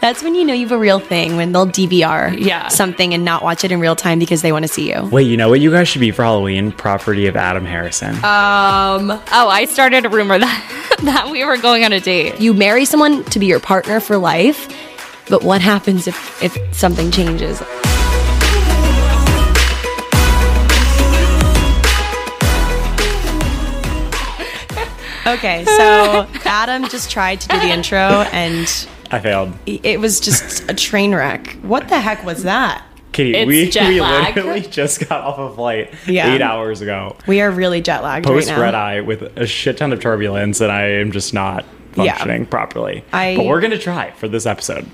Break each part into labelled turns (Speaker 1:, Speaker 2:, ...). Speaker 1: That's when you know you have a real thing when they'll DVR
Speaker 2: Yeah.
Speaker 1: something and not watch it in real time because they want to see you.
Speaker 3: Wait, you know what you guys should be for Halloween? Property of Adam Harrison.
Speaker 1: Uh,
Speaker 2: Um. Oh, I started a rumor that that we were going on a date.
Speaker 1: You marry someone to be your partner for life, but what happens if, if something changes? Okay, so Adam just tried to do the intro and
Speaker 3: I failed.
Speaker 1: it was just a train wreck. What the heck was that?
Speaker 3: Katie,
Speaker 2: It's
Speaker 3: we,
Speaker 2: jet
Speaker 3: we
Speaker 2: lag.
Speaker 3: literally just got off a flight
Speaker 1: Yeah.
Speaker 3: eight hours ago.
Speaker 1: We are really jet lagged
Speaker 3: Post
Speaker 1: right now.
Speaker 3: red eye with a shit ton of turbulence, and I am just not
Speaker 1: Yeah.
Speaker 3: functioning properly.
Speaker 1: I-
Speaker 3: But we're gonna try for this episode.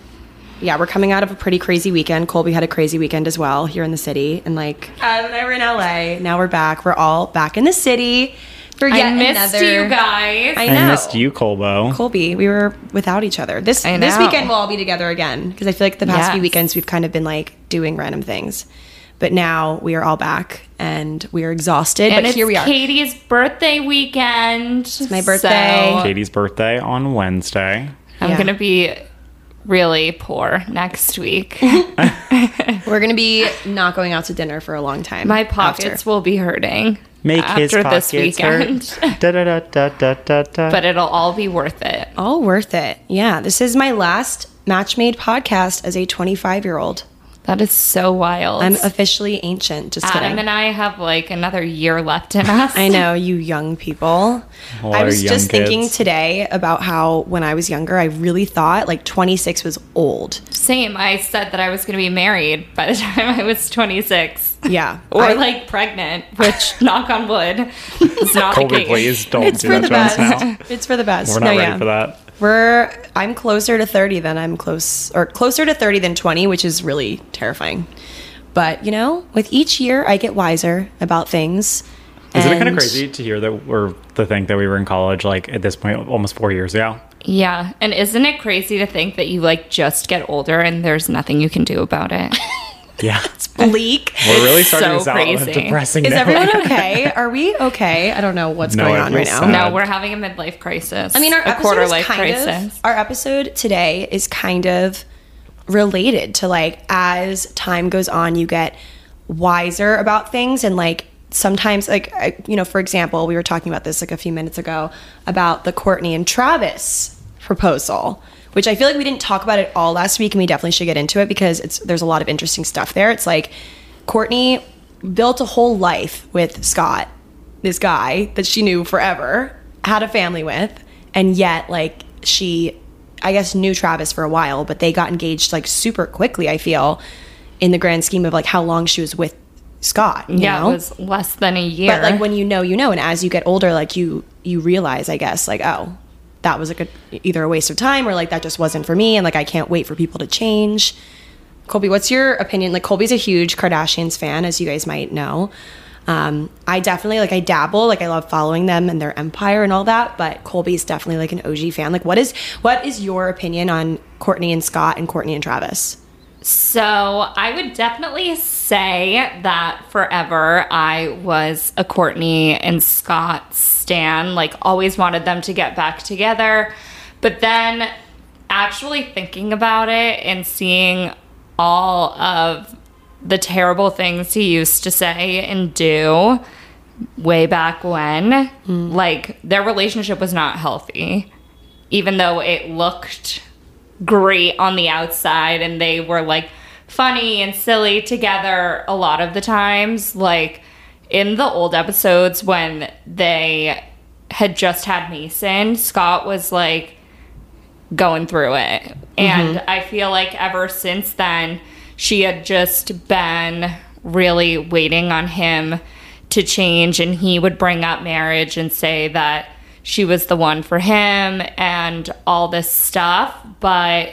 Speaker 1: yeah, we're coming out of a pretty crazy weekend. Colby had a crazy weekend as well here in the city, and like Adam and Uh, I were in LA. Now we're back. We're all back in the city for yet
Speaker 2: I missed
Speaker 1: another.
Speaker 2: you guys.
Speaker 1: I
Speaker 3: I,
Speaker 1: know.
Speaker 3: missed you, Colbo.
Speaker 1: Colby. We were without each other. This
Speaker 2: I
Speaker 1: this
Speaker 2: know.
Speaker 1: weekend we'll all be together again because I feel like the past few
Speaker 2: Yes.
Speaker 1: weekends we've kind of been like doing random things, but now we are all back and we are exhausted.
Speaker 2: and
Speaker 1: but
Speaker 2: it's
Speaker 1: here we are.
Speaker 2: Katie's birthday weekend. It's
Speaker 1: my birthday.
Speaker 3: Katie's birthday on Wednesday.
Speaker 2: I'm
Speaker 1: Yeah.
Speaker 2: gonna be really poor next week.
Speaker 1: We're gonna be not going out to dinner for a long time.
Speaker 2: my
Speaker 1: after.
Speaker 2: pockets will be hurting
Speaker 3: Make his
Speaker 2: after
Speaker 3: pockets
Speaker 2: this weekend,
Speaker 3: hurt. da, da, da, da, da, da, da.
Speaker 2: but it'll all be worth it.
Speaker 1: all worth it. Yeah, this is my last match made podcast as a 25 year old.
Speaker 2: That is so wild.
Speaker 1: I'm officially ancient. Just
Speaker 2: Adam
Speaker 1: kidding.
Speaker 2: and I have like another year left in us.
Speaker 1: I know you young people.
Speaker 3: All
Speaker 1: I
Speaker 3: Oh, our
Speaker 1: was
Speaker 3: young
Speaker 1: just thinking
Speaker 3: kids.
Speaker 1: today about how when I was younger, I really thought like 26 was old.
Speaker 2: Same. I said that I was going to be married by the time I was 26.
Speaker 1: Yeah.
Speaker 2: Or
Speaker 1: I-
Speaker 2: like pregnant, which knock on wood is not the
Speaker 3: Colby,
Speaker 2: case.
Speaker 3: please don't
Speaker 1: it's
Speaker 3: do
Speaker 1: for
Speaker 3: that
Speaker 1: the
Speaker 3: to us
Speaker 1: best.
Speaker 3: now.
Speaker 1: It's for the best.
Speaker 3: We're not
Speaker 1: No,
Speaker 3: ready
Speaker 1: yeah.
Speaker 3: for that.
Speaker 1: We're I'm closer to 30 than I'm close or closer to 30 than 20, which is really terrifying. But you know, with each year, I get wiser about things.
Speaker 3: Isn't it kind of
Speaker 1: and-
Speaker 3: crazy to hear that or to think that we were in college like at this point almost four years ago?
Speaker 2: Yeah. And isn't it crazy to think that you like just get older and there's nothing you can do about it?
Speaker 3: Yeah.
Speaker 1: bleak.
Speaker 3: We're really
Speaker 2: It's
Speaker 3: starting
Speaker 2: so
Speaker 3: this out on a
Speaker 2: crazy.
Speaker 3: depressing
Speaker 1: Is
Speaker 3: note.
Speaker 1: everyone okay? Are we okay? I don't know what's
Speaker 3: No,
Speaker 1: going
Speaker 3: I
Speaker 1: on
Speaker 3: feel
Speaker 1: right now.
Speaker 3: sad.
Speaker 2: no, we're having a midlife crisis.
Speaker 1: I mean, our
Speaker 2: a
Speaker 1: episode
Speaker 2: quarter
Speaker 1: is
Speaker 2: life
Speaker 1: kind
Speaker 2: crisis.
Speaker 1: Of, our episode today is kind of related to like as time goes on, you get wiser about things and like sometimes like I- you know for example we were talking about this like a few minutes ago about the courtney and travis proposal which i feel like we didn't talk about it all last week and we definitely should get into it because it's there's a lot of interesting stuff there it's like courtney built a whole life with scott this guy that she knew forever, had a family with, and yet like she I guess knew Travis for a while, but they got engaged like super quickly, I feel, in the grand scheme of like how long she was with Scott. You
Speaker 2: Yeah,
Speaker 1: know?
Speaker 2: it was less than a year.
Speaker 1: but like when you know, you know, and as you get older, like you you realize, I guess, like, oh, that was like a either a waste of time or like that just wasn't for me and like I can't wait for people to change. Colby, what's your opinion? Like, Colby's a huge Kardashians fan, as you guys might know. Um, I definitely like I dabble, like I love following them and their empire and all that. But Colby's definitely like an OG fan. Like, what is what is your opinion on Courtney and Scott and Courtney and Travis?
Speaker 2: So I would definitely say that forever I was a Courtney and Scott Stan, like always wanted them to get back together. But then actually thinking about it and seeing all of the terrible things he used to say and do way back when, like their relationship was not healthy, even though it looked great on the outside and they were like funny and silly together a lot of the times. Like in the old episodes when they had just had Mason, Scott was like going through it. And I feel like ever since then, she had just been really waiting on him to change. And he would bring up marriage and say that she was the one for him and all this stuff. But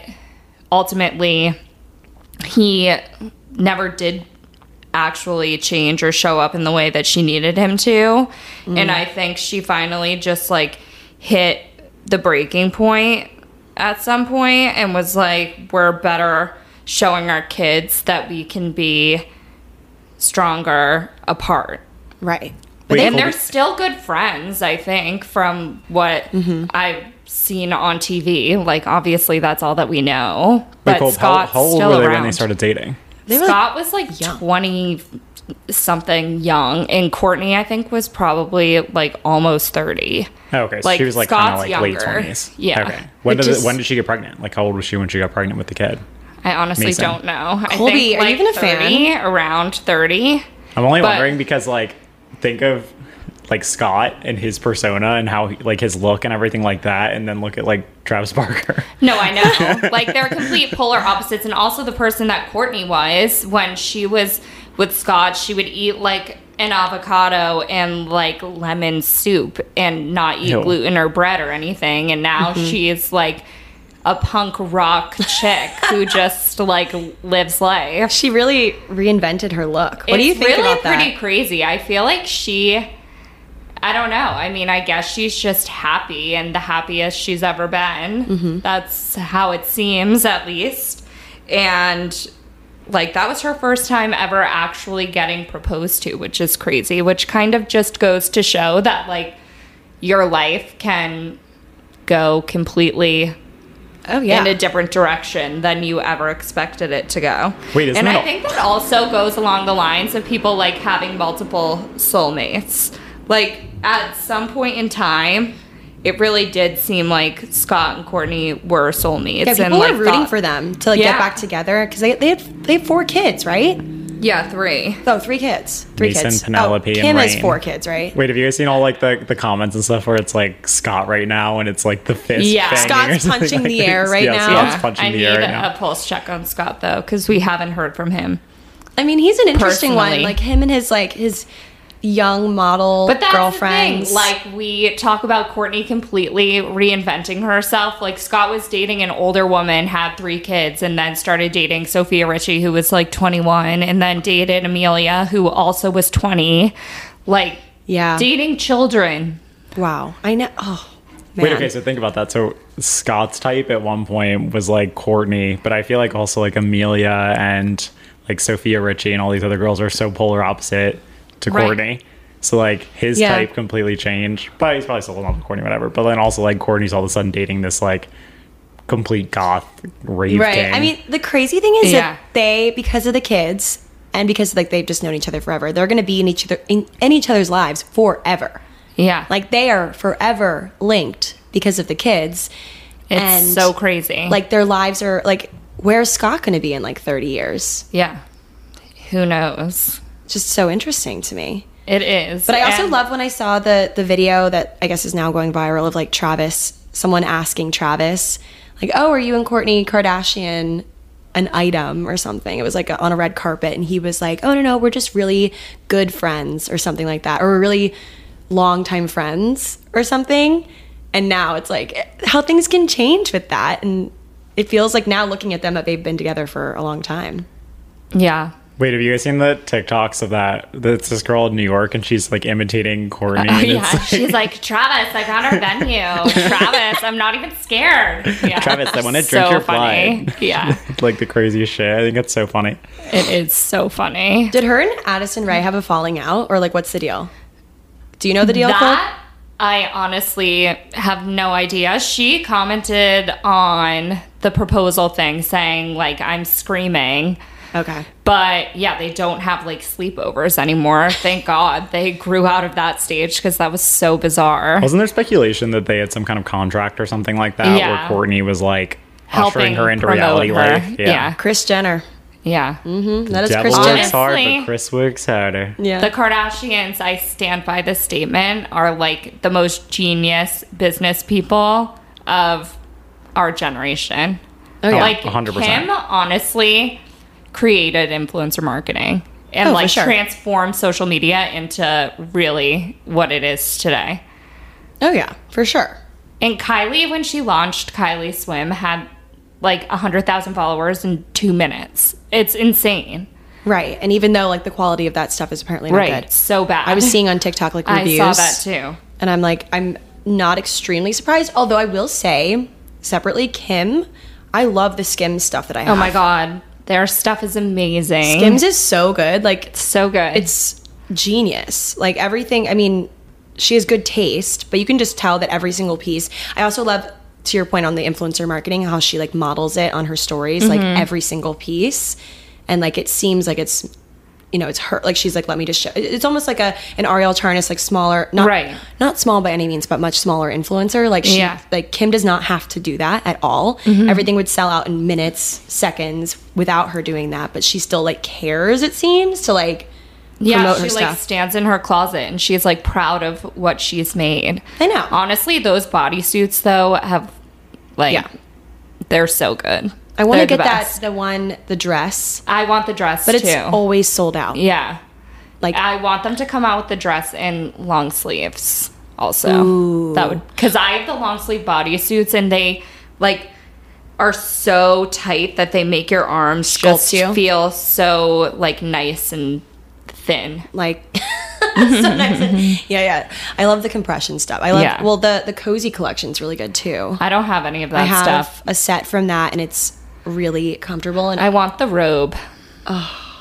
Speaker 2: ultimately, he never did actually change or show up in the way that she needed him to.
Speaker 3: Mm.
Speaker 2: And I think she finally just like hit the breaking point at some point and was like, we're better showing our kids that we can be stronger apart.
Speaker 1: Right.
Speaker 3: Wait,
Speaker 2: and
Speaker 3: hold
Speaker 2: they're
Speaker 3: it.
Speaker 2: still good friends, I think, from what
Speaker 3: Mm-hmm.
Speaker 2: I've seen on TV. Like, obviously, that's all that we know.
Speaker 3: Wait,
Speaker 2: But
Speaker 3: Cole, how,
Speaker 2: Scott's
Speaker 3: how old
Speaker 2: still
Speaker 3: were they
Speaker 2: around.
Speaker 3: when they started dating?
Speaker 1: They were, like,
Speaker 2: Scott was like
Speaker 1: young.
Speaker 2: twenty something young, and Courtney, I think, was probably like almost thirty.
Speaker 3: Oh, okay, so
Speaker 2: Like,
Speaker 3: she was like kind of
Speaker 2: Scott's
Speaker 3: like late
Speaker 2: younger.
Speaker 3: twenties.
Speaker 2: Yeah.
Speaker 3: Okay. When
Speaker 1: Which
Speaker 3: did
Speaker 1: is-
Speaker 3: when did she get pregnant? Like how old was she when she got pregnant with the kid?
Speaker 2: I honestly
Speaker 3: Mason.
Speaker 2: don't know. I
Speaker 1: Colby,
Speaker 2: think,
Speaker 1: are you
Speaker 2: like,
Speaker 1: even a fan?
Speaker 2: 30, Around thirty.
Speaker 3: I'm only
Speaker 2: But-
Speaker 3: wondering because like think of like Scott and his persona and how he, like his look and everything like that, and then look at like Travis Barker.
Speaker 2: No, I know. like they're complete polar opposites, and also the person that Courtney was when she was with Scott, she would eat like an avocado and like lemon soup and not eat
Speaker 3: Ew.
Speaker 2: gluten or bread or anything, and now she's like a punk rock chick who just like lives life.
Speaker 1: she really reinvented her look. What do you
Speaker 2: It's
Speaker 1: think
Speaker 2: really
Speaker 1: about that?
Speaker 2: pretty crazy. I feel like she. I don't know. I mean, I guess she's just happy and the happiest she's ever been.
Speaker 1: Mm-hmm.
Speaker 2: That's how it seems, at least. And like, that was her first time ever actually getting proposed to, which is crazy, which kind of just goes to show that, like, your life can go completely
Speaker 1: oh yeah.
Speaker 2: in a different direction than you ever expected it to go.
Speaker 3: Wait, isn't
Speaker 2: and
Speaker 3: that
Speaker 2: I
Speaker 3: all-
Speaker 2: think that also goes along the lines of people like having multiple soulmates. Like at some point in time, it really did seem like Scott and Courtney were soulmates.
Speaker 1: yeah,
Speaker 2: and
Speaker 1: people
Speaker 2: like
Speaker 1: were rooting
Speaker 2: thought-
Speaker 1: for them to like
Speaker 2: Yeah.
Speaker 1: get back together because they, they had they had four kids, right?
Speaker 2: Yeah, three.
Speaker 1: No, three kids. Three
Speaker 3: Mason,
Speaker 1: kids.
Speaker 3: Penelope,
Speaker 1: oh,
Speaker 3: and
Speaker 1: Kim has
Speaker 3: Rain.
Speaker 1: four kids, right?
Speaker 3: Wait, have you guys seen all like the, the comments and stuff where it's like Scott right now and it's like the fist?
Speaker 2: Yeah.
Speaker 3: banging or
Speaker 1: Scott's
Speaker 3: something
Speaker 1: punching
Speaker 3: like
Speaker 1: the
Speaker 3: this?
Speaker 1: air right
Speaker 3: yeah,
Speaker 1: now.
Speaker 3: Scott's
Speaker 1: Yeah,
Speaker 3: punching
Speaker 2: I
Speaker 3: the
Speaker 2: need
Speaker 3: air right
Speaker 2: a
Speaker 3: now.
Speaker 2: pulse check on Scott though, because we haven't heard from him.
Speaker 1: I mean, he's an interesting one.
Speaker 2: Personally.
Speaker 1: Like him and his like his young model
Speaker 2: But that's
Speaker 1: girlfriends.
Speaker 2: the thing. Like we talk about Courtney completely reinventing herself. Like Scott was dating an older woman, had three kids, and then started dating Sophia Richie, who was like 21, and then dated Amelia, who also was 20. Like
Speaker 1: yeah.
Speaker 2: dating children.
Speaker 1: wow. I know. Oh man.
Speaker 3: Wait, okay, so think about that. So Scott's type at one point was like Courtney, but I feel like also like Amelia and like Sophia Richie and all these other girls are so polar opposite to
Speaker 2: Right.
Speaker 3: Courtney. So like his
Speaker 1: Yeah.
Speaker 3: type completely changed. But he's probably still in love with Courtney, whatever. But then also like Courtney's all of a sudden dating this like complete goth rave
Speaker 1: right.
Speaker 3: king.
Speaker 1: I mean, the crazy thing is
Speaker 2: Yeah.
Speaker 1: that they, because of the kids, and because like they've just known each other forever, they're going to be in each other in, in each other's lives forever.
Speaker 2: Yeah. Like
Speaker 1: Like they are forever linked because of the kids.
Speaker 2: it's
Speaker 1: and
Speaker 2: so crazy.
Speaker 1: Like their lives are like. Where's Scott going to be in like 30 years?
Speaker 2: yeah. Who knows?
Speaker 1: It's just so interesting to me.
Speaker 2: It is.
Speaker 1: But I also
Speaker 2: And-
Speaker 1: love when I saw the the video that I guess is now going viral of like Travis, someone asking Travis, like, "Oh, are you and Courtney Kardashian an item or something?" It was like on a red carpet, and he was like, "Oh no, no, we're just really good friends or something like that, or we're really longtime friends or something." And now it's like how things can change with that, and it feels like now looking at them that they've been together for a long time.
Speaker 2: Yeah.
Speaker 3: Wait, have you guys seen the TikToks of that? That's this girl in New York and she's like imitating Courtney. and
Speaker 2: Oh, Yeah.
Speaker 3: it's like,
Speaker 2: She's like, Travis, I got our venue. Travis, I'm not even scared. Yeah.
Speaker 3: Travis, I want to drink
Speaker 2: so
Speaker 3: your
Speaker 2: funny.
Speaker 3: blood.
Speaker 2: Yeah.
Speaker 3: like the craziest shit. I think that's so funny.
Speaker 2: It is so funny.
Speaker 1: Did her and Addison Ray have a falling out, or like what's the deal? Do you know the deal? Cole?
Speaker 2: That I honestly have no idea. She commented on the proposal thing saying like I'm screaming.
Speaker 1: Okay.
Speaker 2: But yeah, they don't have like sleepovers anymore. Thank God they grew out of that stage because that was so bizarre.
Speaker 3: Wasn't there speculation that they had some kind of contract or something like that
Speaker 2: Yeah.
Speaker 3: where Courtney was like,
Speaker 2: helping
Speaker 3: ushering her into
Speaker 2: promote
Speaker 3: reality
Speaker 2: her.
Speaker 3: life. Yeah.
Speaker 2: Yeah.
Speaker 1: Chris Jenner.
Speaker 2: Yeah.
Speaker 1: Mm, That is
Speaker 3: Devil
Speaker 1: Chris
Speaker 3: works
Speaker 1: Jenner.
Speaker 2: Honest-
Speaker 3: hard,
Speaker 2: Honestly.
Speaker 3: but Chris works harder.
Speaker 1: Yeah.
Speaker 2: The Kardashians, I stand by this statement, are like the most genius business people of our generation.
Speaker 1: Oh, yeah.
Speaker 2: Like
Speaker 3: 100%.
Speaker 2: Kim honestly created influencer marketing and
Speaker 1: Oh, for
Speaker 2: like
Speaker 1: sure.
Speaker 2: transformed social media into really what it is today.
Speaker 1: oh yeah, for sure.
Speaker 2: And Kylie, when she launched Kylie Swim, had like 100,000 followers in two minutes. It's insane.
Speaker 1: Right. And even though like the quality of that stuff is apparently not good.
Speaker 2: So bad.
Speaker 1: I was seeing on TikTok like
Speaker 2: I
Speaker 1: reviews.
Speaker 2: saw that too.
Speaker 1: And I'm like, I'm not extremely surprised. Although I will say, separately, Kim, I love the Skims stuff that I have.
Speaker 2: Oh my god, their stuff is amazing.
Speaker 1: Skims is so good. Like it's,
Speaker 2: so good.
Speaker 1: it's genius. Like everything. I mean, she has good taste, but you can just tell that every single piece. I also love to your point on the influencer marketing, how she like models it on her stories, like
Speaker 2: Mm-hmm.
Speaker 1: every single piece, and like it seems like it's. You know, it's her. Like she's like, let me just show. it- It's almost like a an Ariel Charnis, like smaller, not
Speaker 2: Right.
Speaker 1: not small by any means, but much smaller influencer. Like she,
Speaker 2: Yeah. Mm-hmm.
Speaker 1: like Kim does not have to do that at all. Everything would sell out in minutes, seconds without her doing that. But she still like cares. It seems to like
Speaker 2: yeah,
Speaker 1: promote
Speaker 2: she
Speaker 1: her
Speaker 2: like
Speaker 1: stuff.
Speaker 2: stands in her closet and she's like proud of what she's made.
Speaker 1: I know.
Speaker 2: Honestly, those bodysuits though have like
Speaker 1: Yeah.
Speaker 2: they're so good.
Speaker 1: I want to
Speaker 2: They're the
Speaker 1: get that
Speaker 2: best.
Speaker 1: the one the dress,
Speaker 2: I want the dress
Speaker 1: but
Speaker 2: too.
Speaker 1: it's always sold out.
Speaker 2: yeah.
Speaker 1: Like
Speaker 2: I want them to come out with the dress and long sleeves also. That would because I have the long sleeve bodysuits and they like are so tight that they make your arms just
Speaker 1: Sculpt you?
Speaker 2: feel so like nice and thin.
Speaker 1: like sometimes it- yeah yeah i love the compression stuff i love
Speaker 2: Yeah.
Speaker 1: well the the cozy collection's really good too
Speaker 2: I don't have any of that
Speaker 1: i have
Speaker 2: stuff.
Speaker 1: a set from that and it's really comfortable and
Speaker 2: I want the robe.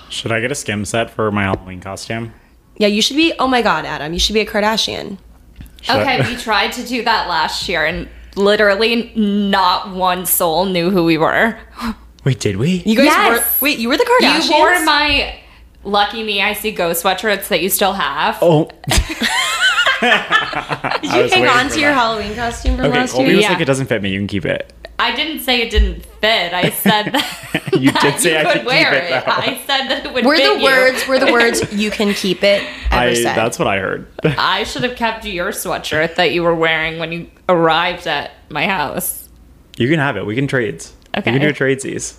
Speaker 3: Should I get a skim set for my Halloween costume?
Speaker 1: yeah you should be oh my god adam you should be a kardashian
Speaker 3: Should I-
Speaker 2: Okay, we tried to do that last year and literally not one soul knew who we were.
Speaker 3: Wait, did we?
Speaker 1: you guys
Speaker 2: Yes.
Speaker 1: were wait you were the kardashians
Speaker 2: You wore my lucky me I see ghost sweatshirts that you still have.
Speaker 3: oh,
Speaker 1: did
Speaker 3: I
Speaker 1: you
Speaker 3: was
Speaker 1: hang
Speaker 3: waiting
Speaker 1: on
Speaker 3: for
Speaker 1: to your
Speaker 3: that.
Speaker 1: halloween costume from
Speaker 3: okay.
Speaker 1: last
Speaker 3: Colby
Speaker 1: year
Speaker 3: was
Speaker 2: Yeah.
Speaker 3: like, it doesn't fit me. You can keep it.
Speaker 2: I didn't say it didn't fit. I said that
Speaker 3: You
Speaker 2: that
Speaker 3: did say I could keep it, though.
Speaker 2: I said that it would.
Speaker 1: were
Speaker 2: fit
Speaker 1: the
Speaker 2: you.
Speaker 1: words were the words you can keep it ever
Speaker 3: I,
Speaker 1: said
Speaker 3: that's what I heard.
Speaker 2: I should have kept your sweatshirt that you were wearing when you arrived at my house.
Speaker 3: you can have it. We can trades.
Speaker 2: Okay.
Speaker 3: We can do tradesies.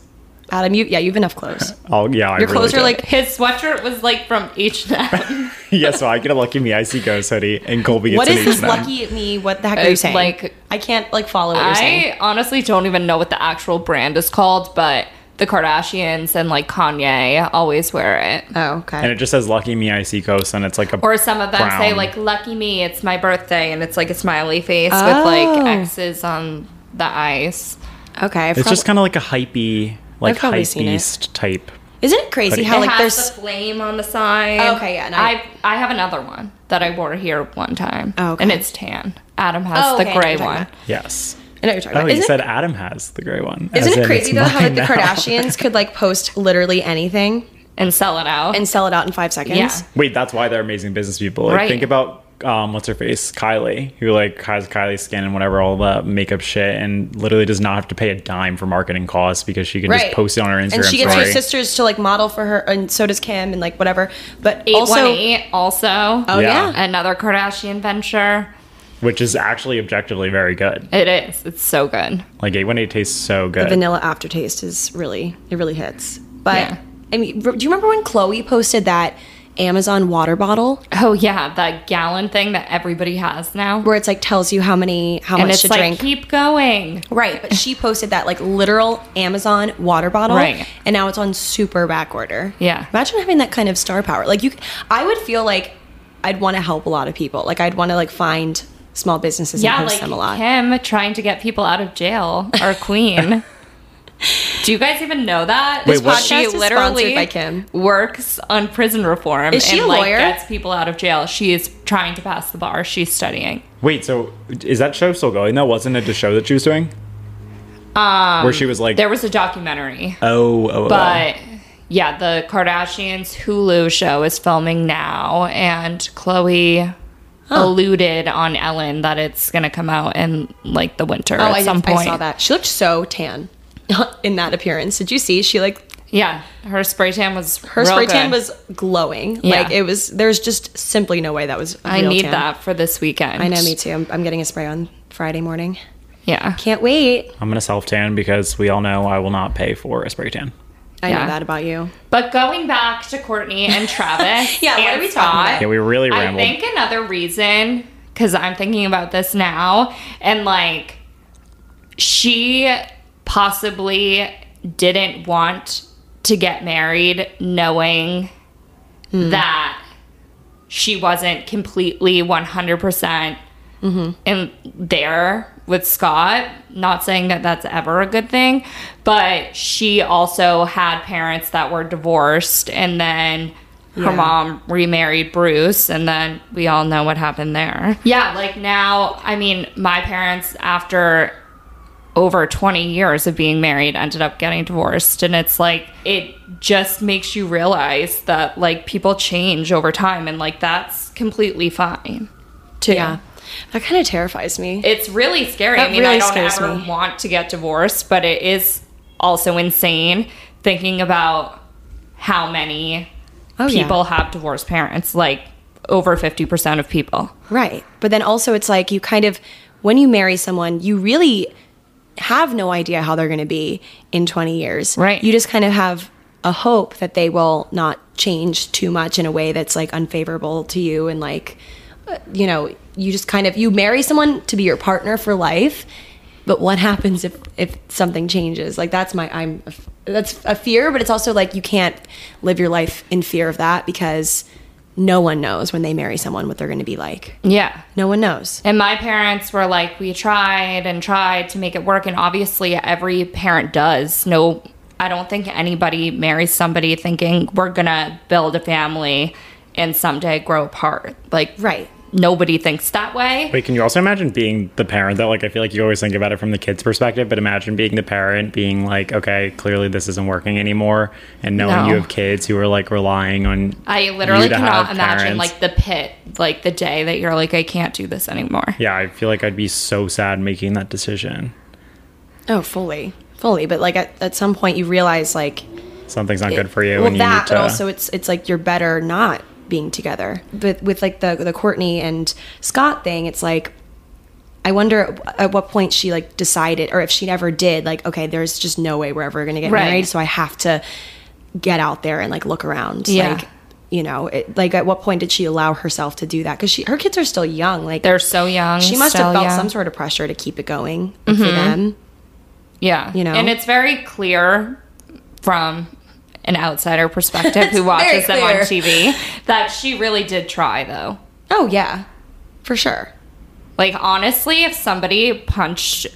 Speaker 1: adam you yeah you have enough clothes
Speaker 3: Oh yeah, I
Speaker 1: your
Speaker 3: really
Speaker 1: clothes
Speaker 3: do.
Speaker 1: are like
Speaker 2: His sweatshirt was like from H and M,
Speaker 3: yeah. So I get a lucky me icy ghost hoodie, and Colby gets
Speaker 1: what
Speaker 3: an
Speaker 1: is this
Speaker 3: H&M.
Speaker 1: lucky at me what the heck are you
Speaker 2: It's
Speaker 1: saying
Speaker 2: like-
Speaker 1: i can't like follow what you're saying
Speaker 2: I honestly don't even know what the actual brand is called, but the Kardashians and like Kanye always wear it.
Speaker 1: oh okay
Speaker 3: And it just says lucky me icy ghost, and it's like a
Speaker 2: Or some of them say
Speaker 3: brown-
Speaker 2: like "Lucky me, it's my birthday," and it's like a smiley face with like
Speaker 1: Oh.
Speaker 2: X's on the eyes.
Speaker 1: Okay,
Speaker 3: It's just kind of like a hypey, like
Speaker 1: I've probably seen it.
Speaker 3: hypebeast type.
Speaker 1: isn't it crazy
Speaker 3: But
Speaker 1: how
Speaker 2: it
Speaker 1: like
Speaker 2: has
Speaker 1: there's
Speaker 2: the flame on the side.
Speaker 1: Okay, yeah, and I-
Speaker 2: I I have another one that I wore here one time.
Speaker 1: Oh, okay.
Speaker 2: and it's tan. Adam has
Speaker 1: Oh,
Speaker 2: the
Speaker 1: okay, I know
Speaker 2: gray
Speaker 1: what you're
Speaker 2: one.
Speaker 1: talking
Speaker 3: Yes.
Speaker 1: I know what you're talking
Speaker 3: Oh,
Speaker 1: about.
Speaker 3: you
Speaker 1: Isn't,
Speaker 3: said
Speaker 1: it,
Speaker 3: Adam has the gray one. as
Speaker 1: isn't
Speaker 3: in
Speaker 1: it
Speaker 3: it's
Speaker 1: crazy though how like
Speaker 3: mine
Speaker 1: the
Speaker 3: now.
Speaker 1: Kardashians could like post literally anything
Speaker 2: And sell it out.
Speaker 1: and sell it out in five seconds?
Speaker 2: Yeah.
Speaker 3: Wait, that's why they're amazing business people. Like,
Speaker 2: Right.
Speaker 3: Think about um, what's her face, Kylie, who like has Kylie skin and whatever, all the makeup shit, and literally does not have to pay a dime for marketing costs because she can just post it on her Instagram
Speaker 1: and she gets
Speaker 3: story.
Speaker 1: her sisters to like model for her, and so does Kim, and like whatever. But also,
Speaker 2: 818 also.
Speaker 1: oh yeah,
Speaker 3: Yeah.
Speaker 2: Another Kardashian venture.
Speaker 3: which is actually objectively very good.
Speaker 2: It is. It's so good.
Speaker 3: Like eight one eight tastes so
Speaker 1: the
Speaker 3: good.
Speaker 1: vanilla aftertaste is really it really hits. But
Speaker 2: Yeah.
Speaker 1: I mean, r- do you remember when Chloe posted that Amazon water bottle
Speaker 2: Oh yeah, that gallon thing that everybody has now.
Speaker 1: where it's like tells you how many how
Speaker 2: And
Speaker 1: much
Speaker 2: it's
Speaker 1: to
Speaker 2: like
Speaker 1: drink?
Speaker 2: keep going.
Speaker 1: Right, but she posted that like literal Amazon water bottle,
Speaker 2: Right.
Speaker 1: And now it's on super back order.
Speaker 2: Yeah.
Speaker 1: imagine having that kind of star power. Like you, I would feel like I'd want to help a lot of people. Like I'd want to like find small businesses
Speaker 2: Yeah,
Speaker 1: and post
Speaker 2: like
Speaker 1: them a lot.
Speaker 2: him trying to get people out of jail or Queen. Do you guys even know that?
Speaker 3: Wait, what?
Speaker 1: podcast is sponsored by Kim.
Speaker 2: works on prison reform.
Speaker 1: Is she
Speaker 2: and,
Speaker 1: a
Speaker 2: like,
Speaker 1: lawyer?
Speaker 2: Gets people out of jail. She is trying to pass the bar. She's studying.
Speaker 3: Wait, so is that show still going? though? wasn't it the show that she was doing? Um, Where she was like,
Speaker 2: There was a documentary,
Speaker 3: oh, oh, oh,
Speaker 2: but yeah, the Kardashians Hulu show is filming now, and Chloe. Alluded on Ellen that it's gonna come out in like the winter
Speaker 1: Oh,
Speaker 2: at
Speaker 1: I,
Speaker 2: some
Speaker 1: I
Speaker 2: point.
Speaker 1: saw that. She looked so tan. in that appearance. Did you see? She like
Speaker 2: Yeah, her spray tan was
Speaker 1: her
Speaker 2: real
Speaker 1: spray
Speaker 2: good.
Speaker 1: tan was glowing.
Speaker 2: Yeah.
Speaker 1: Like it was. There's just simply no way that was.
Speaker 2: I
Speaker 1: real
Speaker 2: need
Speaker 1: tan.
Speaker 2: that for this weekend.
Speaker 1: I know. Me too. I'm, I'm getting a spray on Friday morning.
Speaker 2: Yeah.
Speaker 1: Can't wait.
Speaker 3: I'm gonna self tan because we all know I will not pay for a spray tan.
Speaker 1: I
Speaker 2: Yeah.
Speaker 1: know that about you.
Speaker 2: But going back to Courtney and Travis.
Speaker 1: Yeah, what
Speaker 2: and
Speaker 1: are we talking
Speaker 2: Scott,
Speaker 1: about?
Speaker 3: Yeah, we really
Speaker 2: I
Speaker 3: rambled.
Speaker 2: think another reason, because I'm thinking about this now, and like she possibly didn't want to get married knowing
Speaker 1: Hmm.
Speaker 2: that she wasn't completely 100% percent in there with Scott. Not saying that that's ever a good thing, but she also had parents that were divorced and then her mom remarried Bruce and then we all know what happened there. Yeah, like now, I mean, my parents after over 20 years of being married ended up getting divorced and it's like it just makes you realize that like people change over time and like that's completely fine too
Speaker 1: Yeah. That kind of terrifies me.
Speaker 2: it's really scary
Speaker 1: That
Speaker 2: i mean
Speaker 1: really
Speaker 2: i don't
Speaker 1: scares
Speaker 2: ever
Speaker 1: me.
Speaker 2: want to get divorced but it is also insane thinking about how many
Speaker 1: Oh, yeah.
Speaker 2: people have divorced parents like over 50% of people
Speaker 1: Right. But then also, it's like you kind of, when you marry someone, you really have no idea how they're going to be in 20 years.
Speaker 2: Right.
Speaker 1: You just kind of have a hope that they will not change too much in a way that's like unfavorable to you. And like, uh, you know, you just kind of, you marry someone to be your partner for life. But what happens if, if something changes? Like that's my I'm that's a fear, but it's also like you can't live your life in fear of that because no one knows when they marry someone what they're going to be like.
Speaker 2: yeah
Speaker 1: No one knows.
Speaker 2: And my parents were like, we tried and tried to make it work. And obviously, every parent does. No, I don't think anybody marries somebody thinking we're going to build a family and someday grow apart. Like,
Speaker 1: Right.
Speaker 2: nobody thinks that way.
Speaker 3: Wait, can you also imagine being the parent that like I feel like you always think about it from the kid's perspective, but imagine being the parent being like, okay, clearly this isn't working anymore, and knowing
Speaker 2: No.
Speaker 3: you have kids who are like relying on.
Speaker 2: I literally
Speaker 3: you to
Speaker 2: cannot
Speaker 3: have
Speaker 2: imagine
Speaker 3: parents.
Speaker 2: like the pit, like the day that you're like, I can't do this anymore.
Speaker 3: Yeah, I feel like I'd be so sad making that decision.
Speaker 1: Oh, fully. Fully, but like at, at some point you realize like
Speaker 3: Something's not good for you,
Speaker 1: well
Speaker 3: and you
Speaker 1: that,
Speaker 3: need to.
Speaker 1: but also it's it's like you're better not being together. But with like the the Courtney and Scott thing, it's like I wonder at what point she like decided, or if she never did, like okay, there's just no way we're ever gonna get
Speaker 2: Right.
Speaker 1: married, so I have to get out there and like look around.
Speaker 2: Yeah.
Speaker 1: Like, you know, it, like at what point did she allow herself to do that? Because she her kids are still young. Like
Speaker 2: They're so young.
Speaker 1: she must
Speaker 2: still
Speaker 1: have felt
Speaker 2: young.
Speaker 1: some sort of pressure to keep it going
Speaker 2: Mm-hmm.
Speaker 1: for them.
Speaker 2: Yeah.
Speaker 1: You know?
Speaker 2: And it's very clear from an outsider perspective who
Speaker 1: very
Speaker 2: watches them on
Speaker 1: clear.
Speaker 2: TV that she really did try though.
Speaker 1: Oh yeah, for sure.
Speaker 2: Like honestly, if somebody punched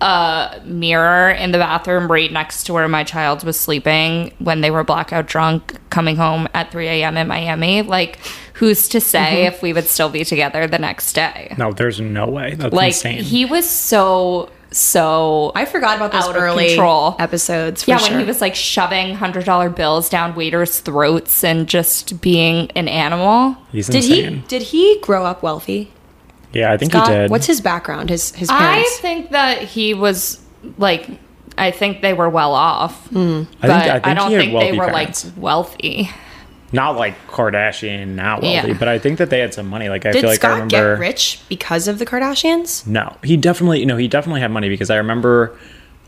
Speaker 2: a mirror in the bathroom right next to where my child was sleeping when they were blackout drunk coming home at 3 a.m. in Miami, like who's to say if we would still be together the next day?
Speaker 3: no, there's no way. That's
Speaker 2: Like
Speaker 3: insane.
Speaker 2: he was so so
Speaker 1: I forgot about those
Speaker 2: Out of
Speaker 1: early
Speaker 2: control.
Speaker 1: episodes. For
Speaker 2: yeah,
Speaker 1: sure.
Speaker 2: when he was like shoving hundred dollar bills down waiters' throats and just being an animal.
Speaker 3: He's
Speaker 1: Did
Speaker 3: insane.
Speaker 1: he did he grow up wealthy?
Speaker 3: yeah, I think
Speaker 1: God,
Speaker 3: he did.
Speaker 1: What's his background? His his
Speaker 2: I
Speaker 1: parents.
Speaker 2: think that he was like, I think they were well off,
Speaker 3: Hmm. I
Speaker 2: but
Speaker 3: think,
Speaker 2: I,
Speaker 3: I think
Speaker 2: don't
Speaker 3: he had
Speaker 2: think
Speaker 3: wealthy
Speaker 2: they were
Speaker 3: parents.
Speaker 2: like wealthy.
Speaker 3: not like Kardashian, not wealthy,
Speaker 2: Yeah.
Speaker 3: but I think that they had some money. Like I
Speaker 1: Did
Speaker 3: feel like I
Speaker 1: Scott
Speaker 3: remember
Speaker 1: get rich because of the Kardashians?
Speaker 3: No, he definitely no, he definitely had money because I remember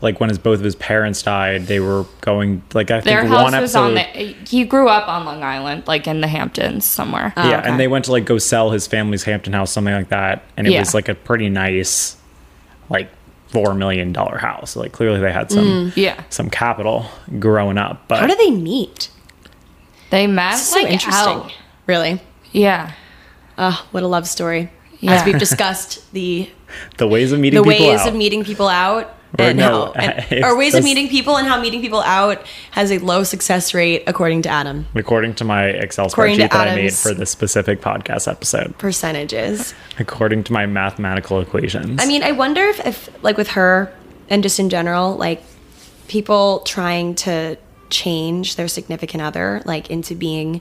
Speaker 3: like when his both of his parents died, they were going like I
Speaker 2: Their
Speaker 3: think
Speaker 2: house
Speaker 3: one episode.
Speaker 2: was on the. He grew up on Long Island, like in the Hamptons somewhere.
Speaker 3: yeah,
Speaker 1: oh, okay.
Speaker 3: and they went to like go sell his family's Hampton house, something like that, and it
Speaker 2: Yeah.
Speaker 3: was like a pretty nice, like four million dollar house. So, like clearly they had some
Speaker 2: yeah,
Speaker 3: some capital growing up, but
Speaker 1: Mm, How did they meet?
Speaker 2: they met
Speaker 1: That's so
Speaker 2: like
Speaker 1: interesting.
Speaker 2: out.
Speaker 1: Really?
Speaker 2: Yeah,
Speaker 1: Oh, what a love story.
Speaker 2: Yeah.
Speaker 1: As we've discussed the
Speaker 3: the ways of meeting
Speaker 1: the
Speaker 3: people
Speaker 1: ways
Speaker 3: out.
Speaker 1: of meeting people out
Speaker 3: Or
Speaker 1: and
Speaker 3: no,
Speaker 1: how and,
Speaker 3: if
Speaker 1: or ways
Speaker 3: this-
Speaker 1: of meeting people and how meeting people out has a low success rate according to Adam.
Speaker 3: According to my Excel
Speaker 1: According
Speaker 3: spreadsheet
Speaker 1: to
Speaker 3: that I made
Speaker 1: Adam's-
Speaker 3: for this specific podcast episode,
Speaker 1: Percentages.
Speaker 3: according to my mathematical equations,
Speaker 1: I mean, I wonder if, if like with her and just in general, like people trying to change their significant other like into being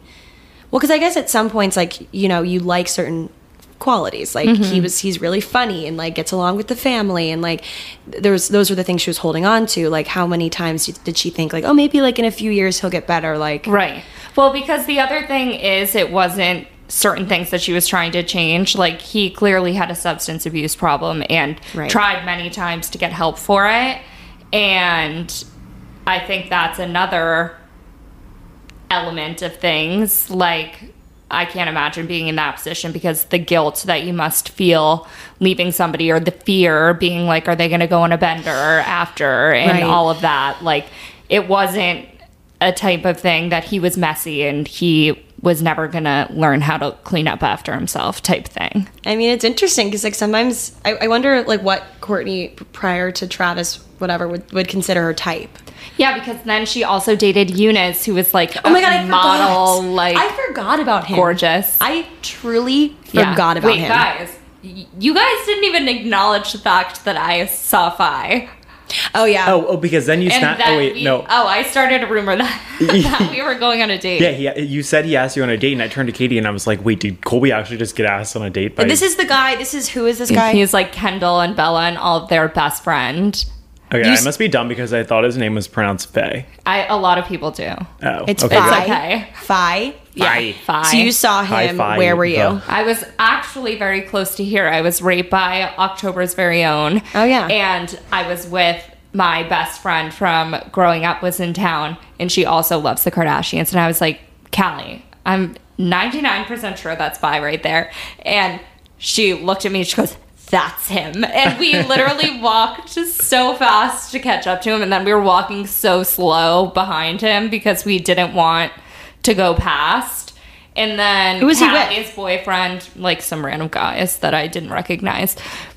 Speaker 1: well because i guess at some points like you know you like certain qualities. Like he was he's really funny and like gets along with the family and like there was those were the things she was holding on to. Like how many times did she think like oh maybe like in a few years he'll get better like
Speaker 2: Right. Well, because the other thing is, it wasn't certain things that she was trying to change. Like, he clearly had a substance abuse problem and
Speaker 1: Right.
Speaker 2: tried many times to get help for it. And I think that's another element of things. Like, I can't imagine being in that position because the guilt that you must feel leaving somebody or the fear being like, are they going to go on a bender after and
Speaker 1: Right.
Speaker 2: all of that. Like, it wasn't a type of thing that he was messy and he was never going to learn how to clean up after himself type thing.
Speaker 1: I mean, it's interesting because like sometimes I, I wonder like what Courtney p- prior to Travis whatever would, would consider her type.
Speaker 2: Yeah, because then she also dated Eunice, who was like
Speaker 1: Oh
Speaker 2: a model, like
Speaker 1: I forgot about him.
Speaker 2: gorgeous.
Speaker 1: I truly
Speaker 2: Yeah.
Speaker 1: forgot about
Speaker 2: Wait,
Speaker 1: him.
Speaker 2: guys. y- You guys didn't even acknowledge the fact that I saw Phi.
Speaker 1: Oh yeah.
Speaker 3: Oh, oh, because then you
Speaker 2: And
Speaker 3: snap.
Speaker 2: that
Speaker 3: Oh wait,
Speaker 2: we,
Speaker 3: no.
Speaker 2: Oh, I started a rumor that, that we were going on a date.
Speaker 3: Yeah, he, you said he asked you on a date, and I turned to Katie and I was like, "Wait, did Colby actually just get asked on a date?" By
Speaker 1: And this is the guy. This is who is this guy?
Speaker 2: He's like Kendall and Bella and all their best friend.
Speaker 3: okay.
Speaker 2: you
Speaker 3: I
Speaker 2: s-
Speaker 3: must be dumb because I thought his name was pronounced Faye.
Speaker 2: I a lot of people do.
Speaker 3: Oh,
Speaker 1: it's
Speaker 3: okay.
Speaker 1: Phi.
Speaker 3: good.
Speaker 2: It's okay.
Speaker 1: Phi.
Speaker 3: Bye.
Speaker 2: Bye.
Speaker 1: So you saw
Speaker 3: Hi,
Speaker 1: him.
Speaker 3: Phi.
Speaker 1: Where were you?
Speaker 3: Oh.
Speaker 2: I was actually very close to here. I was raped by October's very own.
Speaker 1: Oh, yeah.
Speaker 2: And I was with my best friend from growing up was in town and she also loves the Kardashians. And I was like, Callie, I'm 99% sure that's by right there. And she looked at me and she goes, that's him. And we literally walked so fast to catch up to him. And then we were walking so slow behind him because we didn't want to go past. And then
Speaker 1: Who was he with?
Speaker 2: Callie's boyfriend, like some random guys that I didn't recognize.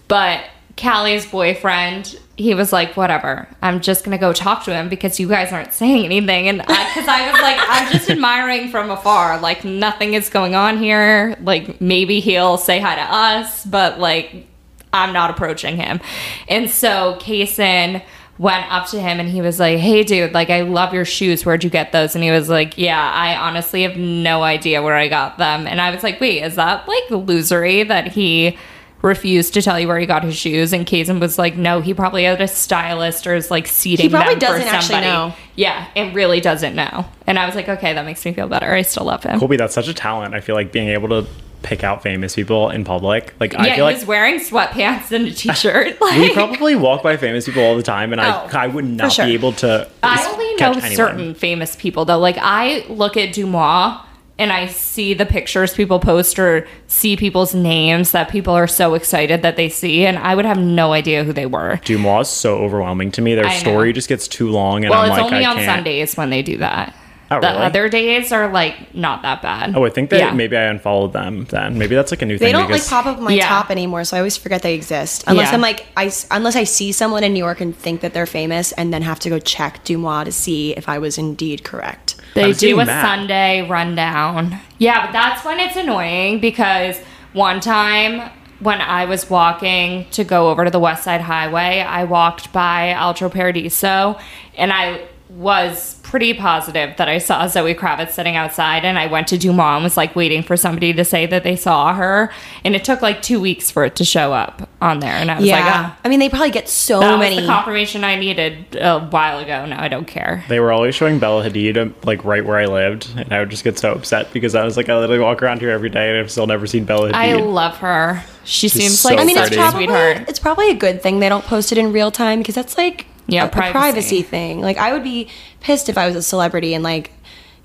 Speaker 2: But Callie's boyfriend, he was like, whatever, I'm just going to go talk to him because you guys aren't saying anything. And because I, was like, I'm just admiring from afar. Like, nothing is going on here. Like, maybe he'll say hi to us, but like, I'm not approaching him. And so Kaysen went up to him and he was like, Hey dude, like I love your shoes. Where'd you get those? And he was like, Yeah, I honestly have no idea where I got them. And I was like, Wait, is that like losery that he refused to tell you where he got his shoes? And Kaysen was like, No, he probably had a stylist or is like seating.
Speaker 1: He probably
Speaker 2: them for
Speaker 1: doesn't actually
Speaker 2: somebody."
Speaker 1: know.
Speaker 2: Yeah, and really doesn't know. And I was like, Okay, that makes me feel better. I still love him.
Speaker 3: Colby, that's such a talent. I feel like being able to pick out famous people in public. Like
Speaker 2: Yeah,
Speaker 3: I
Speaker 2: he
Speaker 3: feel like
Speaker 2: was wearing sweatpants and a t-shirt. Like,
Speaker 3: we probably walk by famous people all the time, and
Speaker 2: Oh,
Speaker 3: I I would not
Speaker 1: sure.
Speaker 3: be able to.
Speaker 2: I only know
Speaker 3: catch anyone.
Speaker 2: certain famous people though. Like I look at Dumas and I see the pictures people post or see people's names that people are so excited that they see, and I would have no idea who they were.
Speaker 3: Dumois is so overwhelming to me. Their
Speaker 2: I know.
Speaker 3: story just gets too long, and
Speaker 2: Well,
Speaker 3: I'm
Speaker 2: it's
Speaker 3: like,
Speaker 2: only
Speaker 3: I
Speaker 2: on
Speaker 3: can't.
Speaker 2: Sundays when they do that.
Speaker 3: Oh,
Speaker 2: the
Speaker 3: really?
Speaker 2: other days are like not that bad.
Speaker 3: Oh, I think that
Speaker 2: Yeah.
Speaker 3: maybe I unfollowed them. Then maybe that's like a new
Speaker 1: They
Speaker 3: thing.
Speaker 1: don't like
Speaker 3: because
Speaker 1: pop up my
Speaker 2: Yeah.
Speaker 1: top anymore, so I always forget they exist. Unless
Speaker 2: Yeah.
Speaker 1: I'm like I s- unless I see someone in New York and think that they're famous, and then have to go check Dumois to see if I was indeed correct.
Speaker 2: They
Speaker 3: I'm
Speaker 2: do
Speaker 3: seeing
Speaker 2: a
Speaker 3: that.
Speaker 2: Sunday rundown. Yeah, but that's when it's annoying because one time when I was walking to go over to the West Side Highway, I walked by Altro Paradiso and I was pretty positive that I saw Zoe Kravitz sitting outside and I went to Dumas and was like waiting for somebody to say that they saw her and it took like two weeks for it to show up on there and I was like, oh,
Speaker 1: I mean they probably get so
Speaker 2: that
Speaker 1: many.
Speaker 2: was the confirmation I needed a while ago. Now I don't care.
Speaker 3: They were always showing Bella Hadid um, like right where I lived, and I would just get so upset because I was like, I literally walk around here every day, and I've still never seen Bella Hadid.
Speaker 2: I love her. She seems like
Speaker 3: so
Speaker 1: I mean, it's
Speaker 2: such
Speaker 3: Sorry, dude.
Speaker 2: a
Speaker 1: probably
Speaker 2: sweetheart.
Speaker 1: it's probably a good thing they don't post it in real time because that's like
Speaker 2: Yeah,
Speaker 1: a, a privacy.
Speaker 2: privacy.
Speaker 1: thing. Like I would be pissed if I was a celebrity and like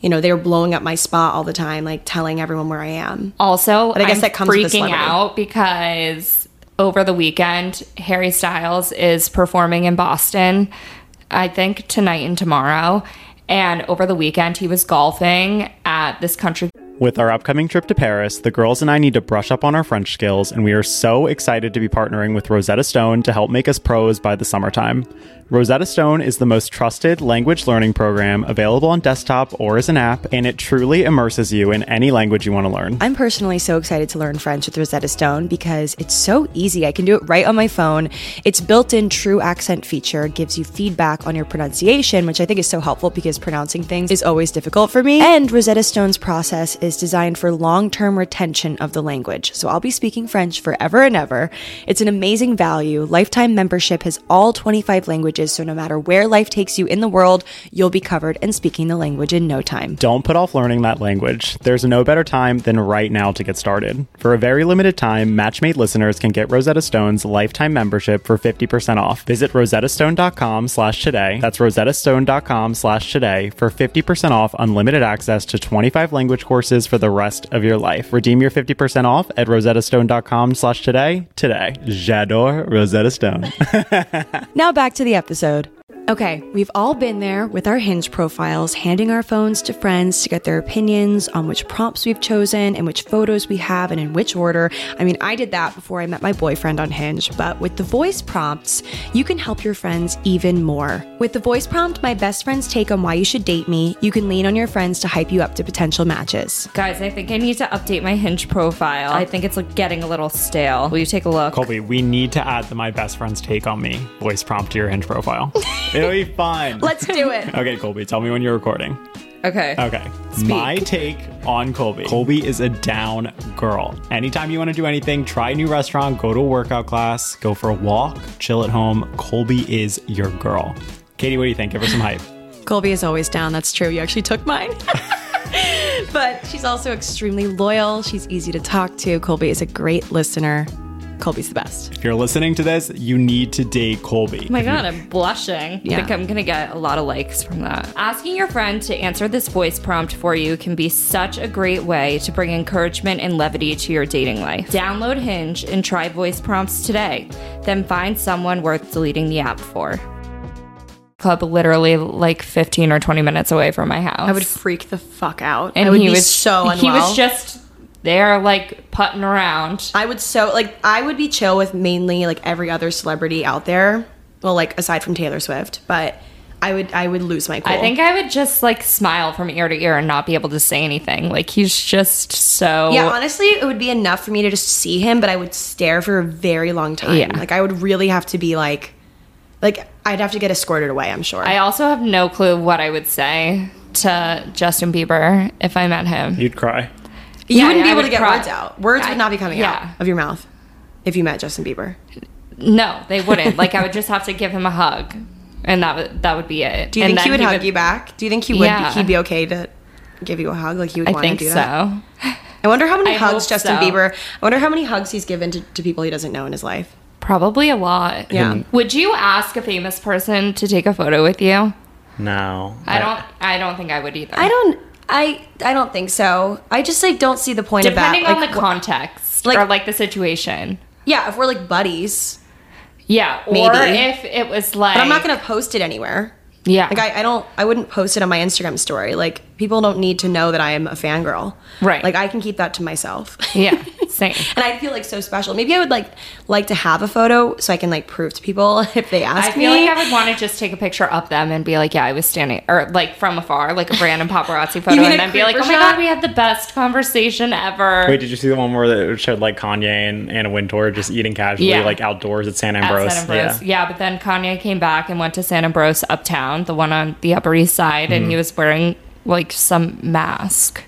Speaker 1: you know they were blowing up my spot all the time, like telling everyone where I am.
Speaker 2: Also,
Speaker 1: I guess
Speaker 2: I'm
Speaker 1: that comes with the
Speaker 2: freaking
Speaker 1: celebrity.
Speaker 2: out because over the weekend, Harry Styles is performing in Boston. I think tonight and tomorrow. And over the weekend, he was golfing at this country
Speaker 3: With our upcoming trip to Paris, the girls and I need to brush up on our French skills, and we are so excited to be partnering with Rosetta Stone to help make us pros by the summertime. Rosetta Stone is the most trusted language learning program available on desktop or as an app, and it truly immerses you in any language you want to learn.
Speaker 1: I'm personally so excited to learn French with Rosetta Stone because it's so easy. I can do it right on my phone. Its built in true accent feature gives you feedback on your pronunciation, which I think is so helpful because pronouncing things is always difficult for me. And Rosetta Stone's process is designed for long term retention of the language. So I'll be speaking French forever and ever. It's an amazing value. Lifetime membership has all 25 languages, so no matter where life takes you in the world, you'll be covered and speaking the language in no time.
Speaker 3: Don't put off learning that language. There's no better time than right now to get started. For a very limited time, Matchmade listeners can get Rosetta Stone's lifetime membership for 50% off. Visit rosettastone.com slash today. That's rosettastone.com slash today for 50% off unlimited access to 25 language courses for the rest of your life. Redeem your 50% off at rosettastone.com slash today today. J'adore Rosetta Stone.
Speaker 1: Now back to the episode. Okay, we've all been there with our hinge profiles, handing our phones to friends to get their opinions on which prompts we've chosen and which photos we have and in which order. I mean, I did that before I met my boyfriend on Hinge, but with the voice prompts, you can help your friends even more. With the voice prompt, my best friend's take on why you should date me, you can lean on your friends to hype you up to potential matches.
Speaker 2: Guys, I think I need to update my hinge profile. I think it's like getting a little stale. Will you take a look?
Speaker 3: Colby, we need to add the my best friend's take on me voice prompt to your hinge profile. It'll be fun.
Speaker 1: Let's do it.
Speaker 3: okay, Colby, tell me when you're recording.
Speaker 2: Okay.
Speaker 3: Okay. My take on Colby. Colby is a down girl. Anytime you want to do anything, try a new restaurant, go to a workout class, go for a walk, chill at home. Colby is your girl. Katie, what do you think? Give her some hype.
Speaker 1: Colby is always down. That's true. You actually took mine. but she's also extremely loyal. She's easy to talk to. Colby is a great listener. Colby's the best.
Speaker 3: If you're listening to this, you need to date Colby.
Speaker 2: Oh my god, I'm blushing.
Speaker 1: Yeah.
Speaker 2: I think I'm gonna get a lot of likes from that. Asking your friend to answer this voice prompt for you can be such a great way to bring encouragement and levity to your dating life. Download Hinge and try voice prompts today. Then find someone worth deleting the app for. Club literally like 15 or 20 minutes away from my house.
Speaker 4: I would freak the fuck out. I would be so unwell.
Speaker 2: He was just there, like putting around.
Speaker 4: I would so like I would be chill with mainly like every other celebrity out there. Well, like aside from Taylor Swift, but I would I would lose my cool.
Speaker 2: I think I would just like smile from ear to ear and not be able to say anything. Like he's just so
Speaker 4: yeah, honestly, it would be enough for me to just see him, but I would stare for a very long time.
Speaker 2: Yeah.
Speaker 4: Like I would really have to be like like I'd have to get escorted away, I'm sure.
Speaker 2: I also have no clue what I would say to Justin Bieber if I met him.
Speaker 3: You'd cry.
Speaker 4: you
Speaker 2: yeah,
Speaker 4: wouldn't
Speaker 2: yeah,
Speaker 4: be
Speaker 2: I
Speaker 4: able
Speaker 2: would
Speaker 4: to get
Speaker 2: cry.
Speaker 4: words out. Words
Speaker 2: I-
Speaker 4: would not be coming
Speaker 2: yeah.
Speaker 4: out of your mouth if you met Justin Bieber.
Speaker 2: No, they wouldn't. like I would just have to give him a hug, and that would that would be it.
Speaker 4: Do you
Speaker 2: And
Speaker 4: think he
Speaker 2: then
Speaker 4: would hug you back? Do you think he would
Speaker 2: Yeah.
Speaker 4: he'd be okay to give you a hug? Like he would
Speaker 2: I
Speaker 4: want to
Speaker 2: think
Speaker 4: do
Speaker 2: so.
Speaker 4: that? I wonder how many
Speaker 2: I
Speaker 4: hugs
Speaker 2: hope
Speaker 4: Justin
Speaker 2: so.
Speaker 4: Bieber. I wonder how many hugs he's given to, to people he doesn't know in his life.
Speaker 2: Probably a lot.
Speaker 4: Yeah. Mhm.
Speaker 2: Would you ask a famous person to take a photo with you?
Speaker 3: No.
Speaker 2: I don't. I don't think I would either.
Speaker 4: I don't. I I don't think so. I just like don't see the point of that.
Speaker 2: Depending on
Speaker 4: Like,
Speaker 2: the context
Speaker 4: like-
Speaker 2: or like the situation.
Speaker 4: yeah, if we're like buddies,
Speaker 2: Yeah. Or
Speaker 4: Maybe.
Speaker 2: if it was like.
Speaker 4: but I'm not gonna post it anywhere.
Speaker 2: Yeah.
Speaker 4: Like I, I don't. I wouldn't post it on my Instagram story. Like people don't need to know that I am a fangirl.
Speaker 2: Right.
Speaker 4: Like I can keep that to myself.
Speaker 2: yeah. Same.
Speaker 4: And I feel like so special. Maybe I would like like to have a photo so I can like prove to people if they ask
Speaker 2: I feel
Speaker 4: me.
Speaker 2: like I would want to just take a picture of them and be like, yeah, I was standing, or like from afar, like a random paparazzi photo,
Speaker 4: mean
Speaker 2: and
Speaker 4: a
Speaker 2: then be like, oh
Speaker 4: creeper
Speaker 2: my
Speaker 4: shot?
Speaker 2: god, we had the best conversation ever.
Speaker 3: Wait, did you see the one where that showed like Kanye and Anna Wintour just eating casually
Speaker 2: Yeah.
Speaker 3: like outdoors at San
Speaker 2: at San
Speaker 3: Ambrose?
Speaker 2: Ambrose. Yeah. but then Kanye came back and went to San Ambrose uptown, the one on the Upper East Side, and he was wearing like some mask.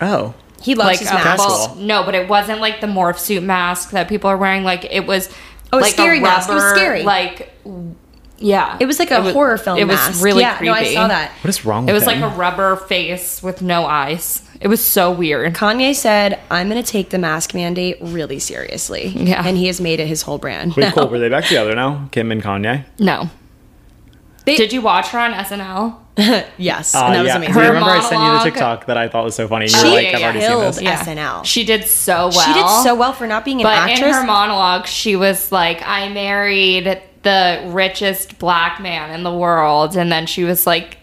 Speaker 3: Oh.
Speaker 4: he loves
Speaker 2: Like uh,
Speaker 4: his
Speaker 2: a-
Speaker 4: masks.
Speaker 2: well, no, but it wasn't like the morph suit mask that people are wearing. Like it was,
Speaker 4: Oh, a
Speaker 2: like
Speaker 4: scary mask. It was scary.
Speaker 2: Like, w- yeah,
Speaker 4: It was like a horror film.
Speaker 2: It was
Speaker 4: mask.
Speaker 2: really
Speaker 4: yeah,
Speaker 2: creepy.
Speaker 4: No, I saw that.
Speaker 3: What is wrong with
Speaker 2: It was
Speaker 3: him?
Speaker 2: like a rubber face with no eyes. It was so weird.
Speaker 4: Kanye said, "I'm going to take the mask mandate really seriously."
Speaker 2: Yeah.
Speaker 4: and he has made it his whole brand.
Speaker 3: Wait, Cole, were they back together now? Kim and Kanye?
Speaker 2: No.
Speaker 4: They-
Speaker 2: Did you watch her on SNL?
Speaker 4: Yes,
Speaker 5: Uh,
Speaker 4: and that was
Speaker 3: yeah.
Speaker 4: amazing.
Speaker 3: I remember I sent you the
Speaker 2: monologue.
Speaker 3: TikTok that I thought was so funny. You
Speaker 4: She
Speaker 3: were like, I've already seen
Speaker 4: killed
Speaker 3: this.
Speaker 4: SNL.
Speaker 2: She did so well.
Speaker 4: She did so well for not being an
Speaker 2: But in
Speaker 4: actress.
Speaker 2: her monologue, she was like, I married the richest black man in the world. And then she was like,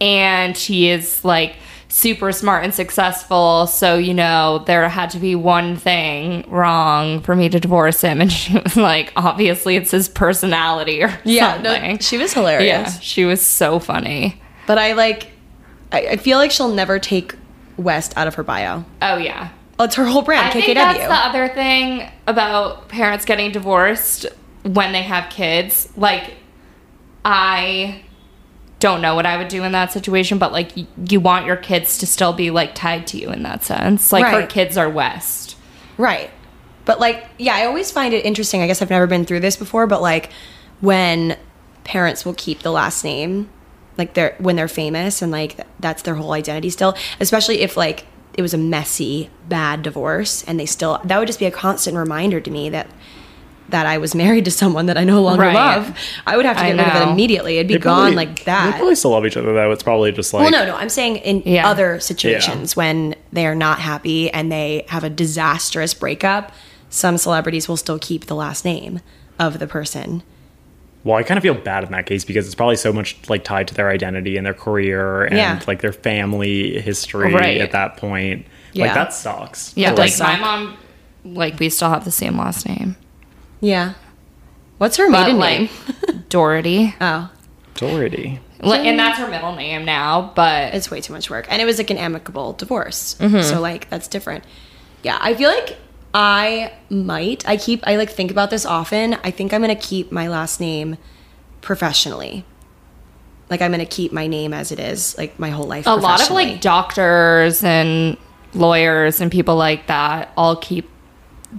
Speaker 2: and he is like super smart and successful. So, you know, there had to be one thing wrong for me to divorce him. And she was like, obviously it's his personality or
Speaker 1: Yeah, no,
Speaker 2: something.
Speaker 1: she was hilarious.
Speaker 2: yeah, she was so funny.
Speaker 1: But I like, I, I feel like she'll never take West out of her bio.
Speaker 2: Oh, yeah.
Speaker 1: It's her whole brand,
Speaker 2: I
Speaker 1: KKW.
Speaker 2: think that's the other thing about parents getting divorced when they have kids. Like, I don't know what I would do in that situation, but like, y- you want your kids to still be like tied to you in that sense. Like, her
Speaker 1: Right.
Speaker 2: kids are West.
Speaker 1: Right. But like, yeah, I always find it interesting. I guess I've never been through this before, but like when parents will keep the last name, like they're when they're famous and like th- that's their whole identity still, especially if like it was a messy, bad divorce and they still that would just be a constant reminder to me that that I was married to someone that I no longer
Speaker 2: Right.
Speaker 1: love. I would have to
Speaker 2: I
Speaker 1: get rid of
Speaker 2: know.
Speaker 1: it immediately. It'd be
Speaker 5: They
Speaker 1: gone
Speaker 5: probably-
Speaker 1: like
Speaker 5: They
Speaker 1: that.
Speaker 5: probably still love each other though. It's probably just like
Speaker 1: Well, no, no. I'm saying in
Speaker 2: Yeah.
Speaker 1: other situations when they are not happy and they have a disastrous breakup, some celebrities will still keep the last name of the person.
Speaker 5: Well, I kind of feel bad in that case because it's probably so much like tied to their identity and their career and
Speaker 1: Yeah.
Speaker 5: like their family history
Speaker 2: Right.
Speaker 5: at that point. Like
Speaker 1: Yeah.
Speaker 5: that sucks.
Speaker 2: Yeah,
Speaker 5: To,
Speaker 2: like, my
Speaker 5: like,
Speaker 2: mom, like, we still have the same last name.
Speaker 1: Yeah. What's her
Speaker 2: But,
Speaker 1: maiden name?
Speaker 2: like, Doherty.
Speaker 1: Oh,
Speaker 5: authority.
Speaker 2: Like, and that's her middle name now, but
Speaker 1: it's way too much work. And it was like an amicable divorce. So like that's different. Yeah, I feel like I might. I keep I like think about this often. I think I'm going to keep my last name professionally. Like I'm going to keep my name as it is like my whole life
Speaker 2: a lot of
Speaker 1: professionally.
Speaker 2: like doctors and lawyers and people like that all keep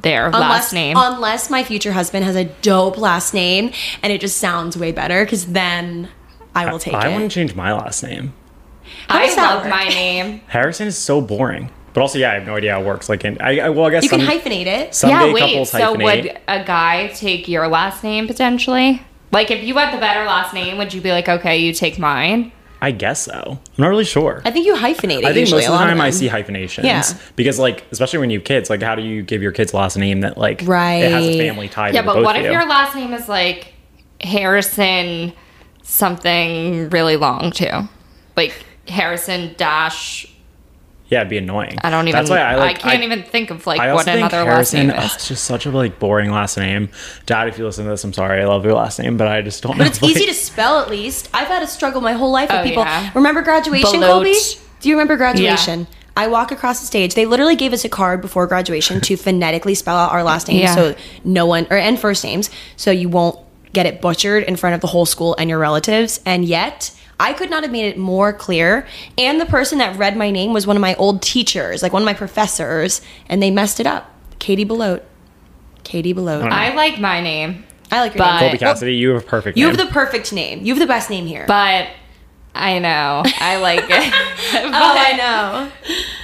Speaker 2: their last name.
Speaker 1: Unless my future husband has a dope last name and it just sounds way better, because then I will take
Speaker 5: I,
Speaker 1: it.
Speaker 5: want to change my last name.
Speaker 2: I
Speaker 1: does that
Speaker 2: love
Speaker 1: work?
Speaker 2: my name.
Speaker 5: Harrison is so boring. But also, yeah, I have no idea how it works. Like, in, I, I well, I guess
Speaker 1: you can
Speaker 5: some,
Speaker 1: hyphenate it.
Speaker 5: some gay
Speaker 2: yeah, wait.
Speaker 5: couples
Speaker 2: So
Speaker 5: hyphenate.
Speaker 2: would a guy take your last name potentially? Like if you had the better last name, would you be like, okay, you take mine?
Speaker 5: I guess so. I'm not really sure.
Speaker 1: I think you hyphenate it.
Speaker 5: I think
Speaker 1: usually,
Speaker 5: most
Speaker 1: a
Speaker 5: of the
Speaker 1: lot
Speaker 5: time I
Speaker 1: them.
Speaker 5: see hyphenations.
Speaker 1: Yeah.
Speaker 5: Because like, especially when you have kids, like how do you give your kids last name that like it has
Speaker 1: Right.
Speaker 5: a family tie
Speaker 2: Yeah,
Speaker 5: to
Speaker 2: but
Speaker 5: both
Speaker 2: what
Speaker 5: of
Speaker 2: if
Speaker 5: you?
Speaker 2: your last name is like Harrison something really long too, like Harrison dash?
Speaker 5: yeah, it'd be annoying.
Speaker 2: I don't even.
Speaker 5: That's why I like
Speaker 2: can't even think of like
Speaker 5: I also
Speaker 2: what
Speaker 5: think
Speaker 2: another last
Speaker 5: Harrison,
Speaker 2: name
Speaker 5: ugh,
Speaker 2: is.
Speaker 5: it's just such a like boring last name. Dad, if you listen to this, I'm sorry. I love your last name, but I just don't know.
Speaker 1: But it's easy to spell at least. I've had a struggle my whole life with
Speaker 2: Oh,
Speaker 1: people.
Speaker 2: yeah.
Speaker 1: Remember graduation,
Speaker 2: Belote.
Speaker 1: Colby? Do you remember graduation? I walk across the stage. They literally gave us a card before graduation to phonetically spell out our last names,
Speaker 2: Yeah.
Speaker 1: so no one or and first names, so you won't get it butchered in front of the whole school and your relatives. And yet, I could not have made it more clear. And the person that read my name was one of my old teachers, like one of my professors, and they messed it up. Katie Belote. Katie Belote. I,
Speaker 2: I like my name,
Speaker 1: like your name.
Speaker 2: but-
Speaker 5: Colby Cassidy, you have a perfect.
Speaker 1: You
Speaker 5: name.
Speaker 1: have the perfect name. You have the best name here.
Speaker 2: but I know I like it.
Speaker 1: Oh, I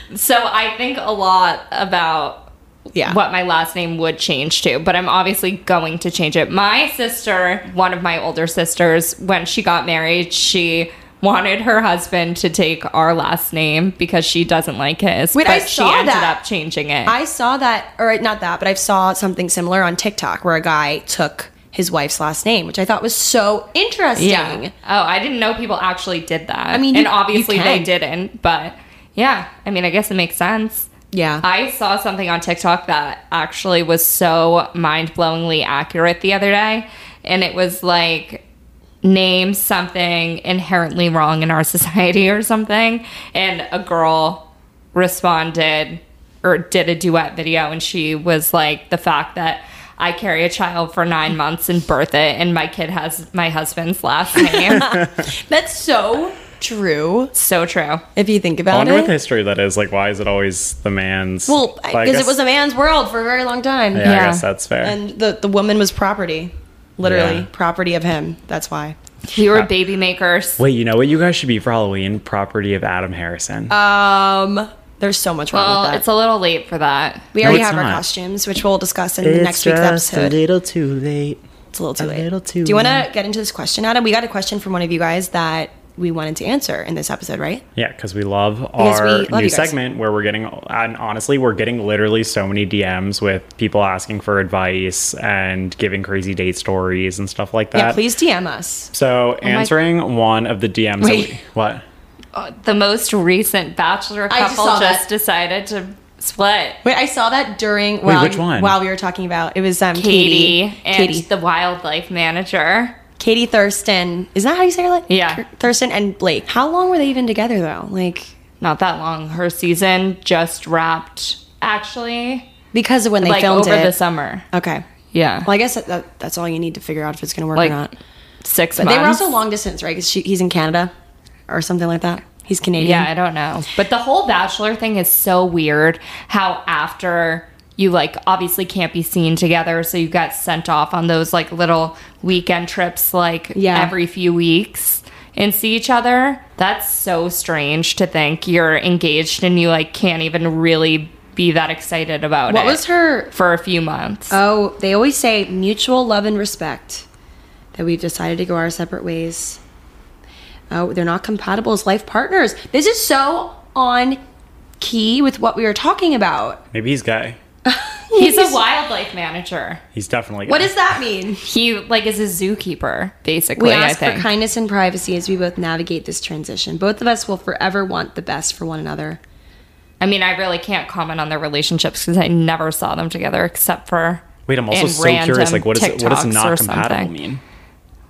Speaker 1: know.
Speaker 2: So I think a lot about
Speaker 1: Yeah.
Speaker 2: what my last name would change to, but I'm obviously going to change it. My sister, one of my older sisters, when she got married, she wanted her husband to take our last name because she doesn't like his.
Speaker 1: Wait,
Speaker 2: but
Speaker 1: I
Speaker 2: she
Speaker 1: saw
Speaker 2: ended
Speaker 1: that.
Speaker 2: up changing it.
Speaker 1: I saw that, or not that, but I saw something similar on TikTok where a guy took his wife's last name, which I thought was so interesting.
Speaker 2: yeah. Oh, I didn't know people actually did that. I
Speaker 1: mean,
Speaker 2: and
Speaker 1: you- you
Speaker 2: obviously they
Speaker 1: can.
Speaker 2: didn't, but yeah, I mean, I guess it makes sense.
Speaker 1: Yeah.
Speaker 2: I saw something on TikTok that actually was so mind blowingly accurate the other day. And it was like, name something inherently wrong in our society or something. And a girl responded or did a duet video. And she was like, the fact that I carry a child for nine months and birth it, and my kid has my husband's last name.
Speaker 1: That's so true
Speaker 2: so true.
Speaker 1: if you think
Speaker 5: I
Speaker 1: about
Speaker 5: wonder what the
Speaker 1: it.
Speaker 5: history of that is. Like, why is it always the man's?
Speaker 1: Well,
Speaker 5: But I
Speaker 1: because it
Speaker 5: guess-
Speaker 1: was a man's world for a very long time.
Speaker 5: Yeah,
Speaker 2: Yeah.
Speaker 5: I guess that's fair.
Speaker 1: And the, the woman was property, literally
Speaker 5: Yeah.
Speaker 1: property of him. That's why.
Speaker 2: We were baby makers.
Speaker 5: Wait, you know what? You guys should be for Halloween. Property of Adam Harrison.
Speaker 1: Um, there's so much wrong
Speaker 2: Well,
Speaker 1: with that.
Speaker 2: it's a little late for that.
Speaker 1: we
Speaker 5: No,
Speaker 1: already
Speaker 5: it's
Speaker 1: have our
Speaker 5: not.
Speaker 1: costumes, which we'll discuss in next week's episode.
Speaker 5: little too late.
Speaker 1: It's a little too
Speaker 5: A
Speaker 1: late.
Speaker 5: little too
Speaker 1: Do you want to
Speaker 5: late.
Speaker 1: get into this question, Adam? We got a question from one of you guys that we wanted to answer in this episode, right?
Speaker 5: Yeah, because we love
Speaker 1: we
Speaker 5: our
Speaker 1: love you
Speaker 5: new
Speaker 1: guys.
Speaker 5: segment where we're getting, and honestly, we're getting literally so many DMs with people asking for advice and giving crazy date stories and stuff like that.
Speaker 1: Yeah. Please DM us.
Speaker 5: So answering one of the DMs. That
Speaker 1: Oh Wait.
Speaker 5: we, what?
Speaker 2: uh, the most recent bachelor
Speaker 1: I just
Speaker 2: couple
Speaker 1: saw that.
Speaker 2: just, decided to split.
Speaker 1: Wait, I saw that during while,
Speaker 5: which one?
Speaker 1: while we were talking about it was um
Speaker 2: Katie,
Speaker 1: Katie.
Speaker 2: and
Speaker 1: Katie.
Speaker 2: the wildlife manager.
Speaker 1: Katie Thurston. Is that how you say her like?
Speaker 2: Yeah.
Speaker 1: Thurston and Blake. How long were they even together though? Like
Speaker 2: Not that long. Her season just wrapped actually
Speaker 1: because of when they
Speaker 2: like
Speaker 1: filmed
Speaker 2: over
Speaker 1: it.
Speaker 2: the summer.
Speaker 1: okay.
Speaker 2: Yeah.
Speaker 1: Well, I guess that, that, that's all you need to figure out if it's going to work
Speaker 2: Like,
Speaker 1: or not.
Speaker 2: six
Speaker 1: But
Speaker 2: months.
Speaker 1: they were also long distance, right? Because he's in Canada or something like that. He's Canadian.
Speaker 2: Yeah, I don't know. But the whole bachelor thing is so weird how after you like obviously can't be seen together, so you got sent off on those like little weekend trips like
Speaker 1: Yeah.
Speaker 2: every few weeks and see each other. That's so strange to think you're engaged and you like can't even really be that excited about
Speaker 1: What
Speaker 2: it.
Speaker 1: was her?
Speaker 2: for a few months.
Speaker 1: Oh, they always say mutual love and respect. That we've decided to go our separate ways. Oh, they're not compatible as life partners. This is so on key with what we were talking about.
Speaker 5: Maybe he's gay.
Speaker 2: He's a wildlife manager.
Speaker 5: He's definitely gay.
Speaker 1: What does that mean?
Speaker 2: He like is a zookeeper basically,
Speaker 1: We
Speaker 2: I
Speaker 1: ask for
Speaker 2: think.
Speaker 1: kindness and privacy as we both navigate this transition. Both of us will forever want the best for one another.
Speaker 2: I mean, I really can't comment on their relationships because I never saw them together except for.
Speaker 5: Wait, I'm also
Speaker 2: in
Speaker 5: so
Speaker 2: random
Speaker 1: um,
Speaker 5: curious. Like, what is what
Speaker 2: TikToks
Speaker 5: does
Speaker 2: or
Speaker 5: not compatible
Speaker 2: something.
Speaker 5: mean?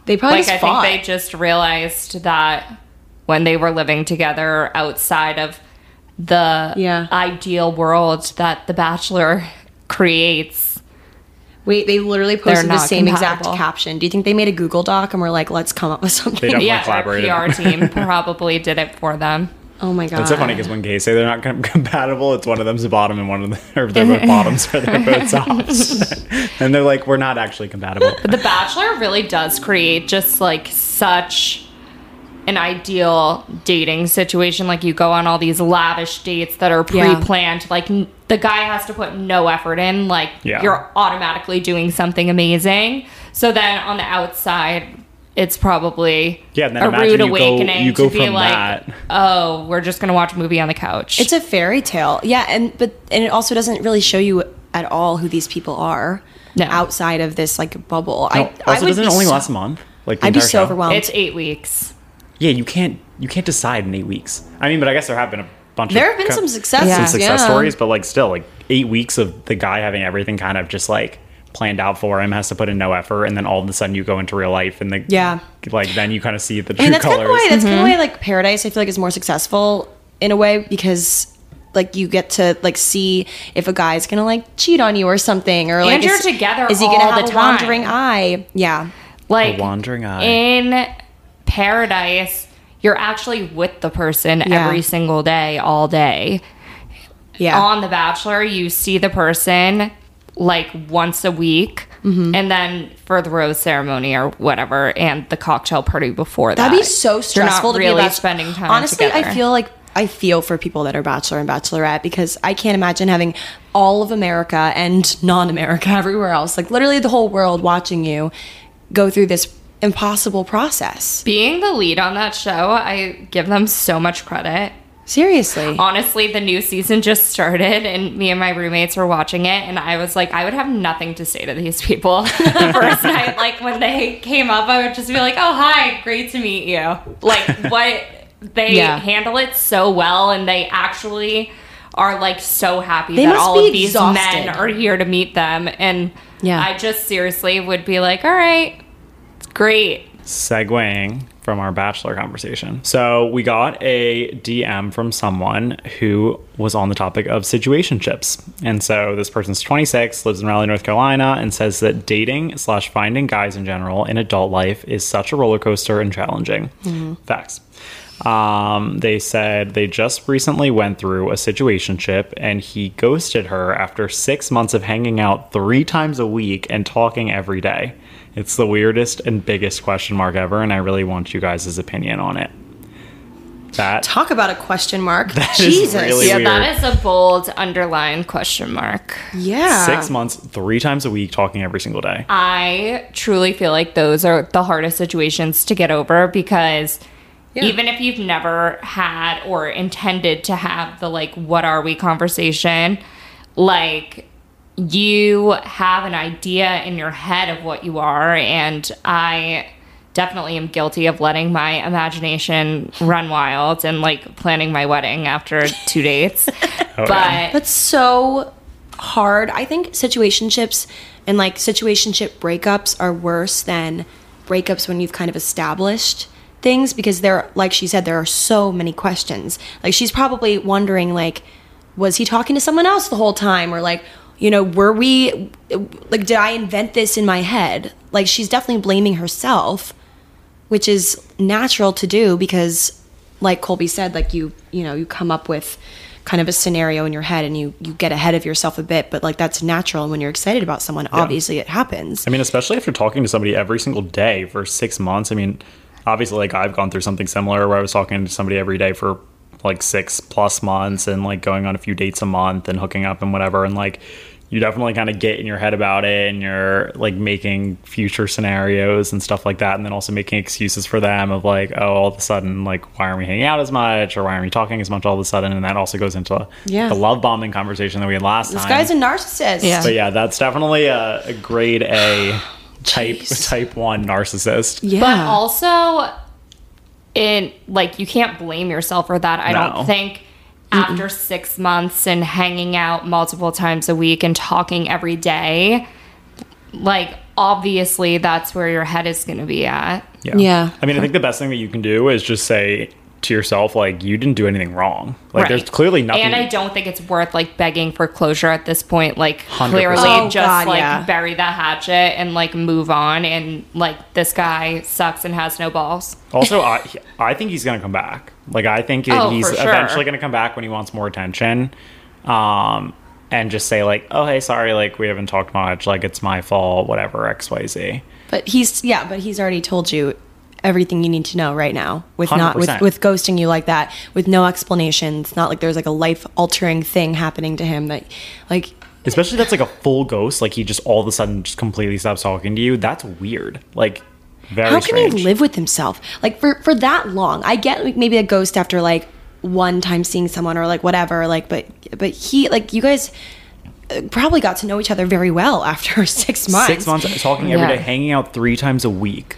Speaker 1: They probably
Speaker 2: Like,
Speaker 1: just
Speaker 2: I
Speaker 1: fought.
Speaker 2: think they just realized that when they were living together outside of the
Speaker 1: Yeah.
Speaker 2: ideal world that The Bachelor creates,
Speaker 1: Wait, they literally posted the
Speaker 2: not
Speaker 1: same
Speaker 2: compatible.
Speaker 1: exact caption. Do you think they made a Google Doc and were like, let's come up with
Speaker 5: They
Speaker 1: something?
Speaker 5: definitely
Speaker 2: yeah,
Speaker 5: collaborated.
Speaker 2: their PR team probably did it for them.
Speaker 1: Oh my god.
Speaker 5: It's so funny because when gays say they're not com- compatible, it's one of them's the bottom and one of them or they're both bottoms or they're both tops, and they're like, we're not actually compatible.
Speaker 2: But The Bachelor really does create just like such an ideal dating situation. Like you go on all these lavish dates that are
Speaker 1: Yeah.
Speaker 2: pre-planned. Like n- the guy has to put no effort in. Like
Speaker 5: Yeah.
Speaker 2: you're automatically doing something amazing. So then on the outside, it's probably
Speaker 5: Yeah, and then
Speaker 2: a
Speaker 5: imagine
Speaker 2: rude
Speaker 5: you go-
Speaker 2: awakening
Speaker 5: you go
Speaker 2: to be
Speaker 5: from
Speaker 2: like,
Speaker 5: that-
Speaker 2: oh, we're just gonna watch a movie on the couch.
Speaker 1: It's a fairy tale. Yeah, and but and it also doesn't really show you at all who these people are
Speaker 2: No.
Speaker 1: outside of this like bubble. I, I
Speaker 5: No, Oh, also,
Speaker 1: would
Speaker 5: doesn't
Speaker 1: be
Speaker 5: it only
Speaker 1: so-
Speaker 5: last a month? Like, the
Speaker 1: I'd be
Speaker 5: entire
Speaker 1: so
Speaker 5: show?
Speaker 1: overwhelmed.
Speaker 2: it's eight weeks.
Speaker 5: Yeah, you can't you can't decide in eight weeks. I mean, but I guess there have been a bunch.
Speaker 1: There
Speaker 5: of
Speaker 1: have been
Speaker 5: co-
Speaker 1: some successes.
Speaker 5: some
Speaker 1: yeah.
Speaker 5: success stories, but like still, like eight weeks of the guy having everything kind of just like planned out for him has to put in no effort, and then all of a sudden you go into real life and the
Speaker 1: Yeah.
Speaker 5: like then you kind of see the true
Speaker 1: I mean, that's
Speaker 5: colors.
Speaker 1: kind of why that's
Speaker 5: Mm-hmm.
Speaker 1: kind of why like Paradise. I feel like is more successful in a way because like you get to like see if a guy's gonna like cheat on you or something or like
Speaker 2: And you're
Speaker 1: is-
Speaker 2: together
Speaker 1: Is he
Speaker 2: all
Speaker 1: gonna have
Speaker 2: the
Speaker 1: a
Speaker 2: time.
Speaker 1: wandering eye? Yeah,
Speaker 2: like
Speaker 5: A wandering eye.
Speaker 2: in paradise you're actually with the person
Speaker 1: Yeah.
Speaker 2: every single day all day
Speaker 1: yeah.
Speaker 2: on the bachelor you see the person like once a week
Speaker 1: Mm-hmm.
Speaker 2: and then for the rose ceremony or whatever and the cocktail party before that
Speaker 1: That'd be so
Speaker 2: You're not
Speaker 1: stressful to be
Speaker 2: really
Speaker 1: a bachelor.
Speaker 2: spending time
Speaker 1: Honestly, I
Speaker 2: together.
Speaker 1: feel like I feel for people that are bachelor and bachelorette because I can't imagine having all of America and non-America everywhere else, like literally the whole world watching you go through this impossible process.
Speaker 2: being the lead on that show i give them so much credit
Speaker 1: Seriously.
Speaker 2: honestly, the new season just started, and me and my roommates were watching it, and I was like, I would have nothing to say to these people. the first night, like when they came up, I would just be like, "Oh, hi, great to meet you." Like what they
Speaker 1: Yeah.
Speaker 2: handle it so well, and they actually are like so happy
Speaker 1: They
Speaker 2: that
Speaker 1: must
Speaker 2: all
Speaker 1: be
Speaker 2: of these
Speaker 1: exhausted.
Speaker 2: men are here to meet them, and
Speaker 1: Yeah.
Speaker 2: I just seriously would be like, "All right, it's great."
Speaker 5: segueing from our bachelor conversation. So we got a DM from someone who was on the topic of situationships. And so this person's 26, lives in Raleigh, North Carolina, and says that dating slash finding guys in general in adult life is such a roller coaster and challenging. Facts. Um, they said they just recently went through a situationship and he ghosted her after six months of hanging out three times a week and talking every day. It's the weirdest and biggest question mark ever, and I really want you guys' opinion on it. That
Speaker 1: Talk about a question mark.
Speaker 5: is
Speaker 1: Jesus.
Speaker 5: really
Speaker 2: Yeah,
Speaker 5: weird.
Speaker 2: that is a bold underline question mark.
Speaker 1: yeah.
Speaker 5: six months, three times a week, talking every single day.
Speaker 2: I truly feel like those are the hardest situations to get over because even if you've never had or intended to have the like what are we conversation, like you have an idea in your head of what you are and I definitely am guilty of letting my imagination run wild and like planning my wedding after two dates. but
Speaker 1: That's so hard. I think situationships and like situationship breakups are worse than breakups when you've kind of established things because there like she said there are so many questions. Like she's probably wondering like was he talking to someone else the whole time or like you know were we like did I invent this in my head? Like she's definitely blaming herself which is natural to do because like colby said like you you know you come up with kind of a scenario in your head and you you get ahead of yourself a bit but like that's natural and when you're excited about someone obviously it happens
Speaker 5: I mean, especially after talking to somebody every single day for six months. I mean, obviously, like I've gone through something similar where I was talking to somebody every day for like six plus months and like going on a few dates a month and hooking up and whatever. And like, you definitely kind of get in your head about it and you're like making future scenarios and stuff like that. And then also making excuses for them of like, oh, all of a sudden, like, why aren't we hanging out as much or why aren't we talking as much all of a sudden? And that also goes into
Speaker 1: Yeah.
Speaker 5: the love bombing conversation that we had last
Speaker 1: this
Speaker 5: time.
Speaker 1: guy's a narcissist
Speaker 2: Yeah.
Speaker 5: But yeah, that's definitely a, a grade A type type one narcissist.
Speaker 1: yeah
Speaker 2: But also, it like you can't blame yourself for that. I
Speaker 5: No.
Speaker 2: don't think after six months and hanging out multiple times a week and talking every day, like obviously that's where your head is going to be at.
Speaker 1: Yeah.
Speaker 5: I mean, I think the best thing that you can do is just say to yourself, like, you didn't do anything wrong. Like, there's
Speaker 2: Right.
Speaker 5: clearly nothing.
Speaker 2: And I don't think it's worth like begging for closure at this point. Like
Speaker 5: 100%.
Speaker 2: clearly,
Speaker 1: Oh,
Speaker 2: just
Speaker 1: God,
Speaker 2: like
Speaker 1: yeah.
Speaker 2: bury the hatchet and like move on. And like this guy sucks and has no balls.
Speaker 5: Also, I I think he's gonna come back. Like, I think that
Speaker 2: Oh,
Speaker 5: he's
Speaker 2: for sure.
Speaker 5: eventually gonna come back when he wants more attention. Um. And just say like, oh hey, sorry, like we haven't talked much, like it's my fault, whatever, X Y Z.
Speaker 1: but he's yeah but he's already told you everything you need to know right now with not with
Speaker 5: 100%.
Speaker 1: with ghosting you like that with no explanation it's not like there's like a life altering thing happening to him that like
Speaker 5: Especially that's like a full ghost, like he just all of a sudden just completely stops talking to you. That's weird. Like, very.
Speaker 1: How can
Speaker 5: strange.
Speaker 1: he live with himself like for for that long? I get like, maybe a ghost after like one time seeing someone or like whatever, like but but he like you guys uh, probably got to know each other very well after six months.
Speaker 5: Six months talking every day,
Speaker 2: Yeah.
Speaker 5: hanging out three times a week.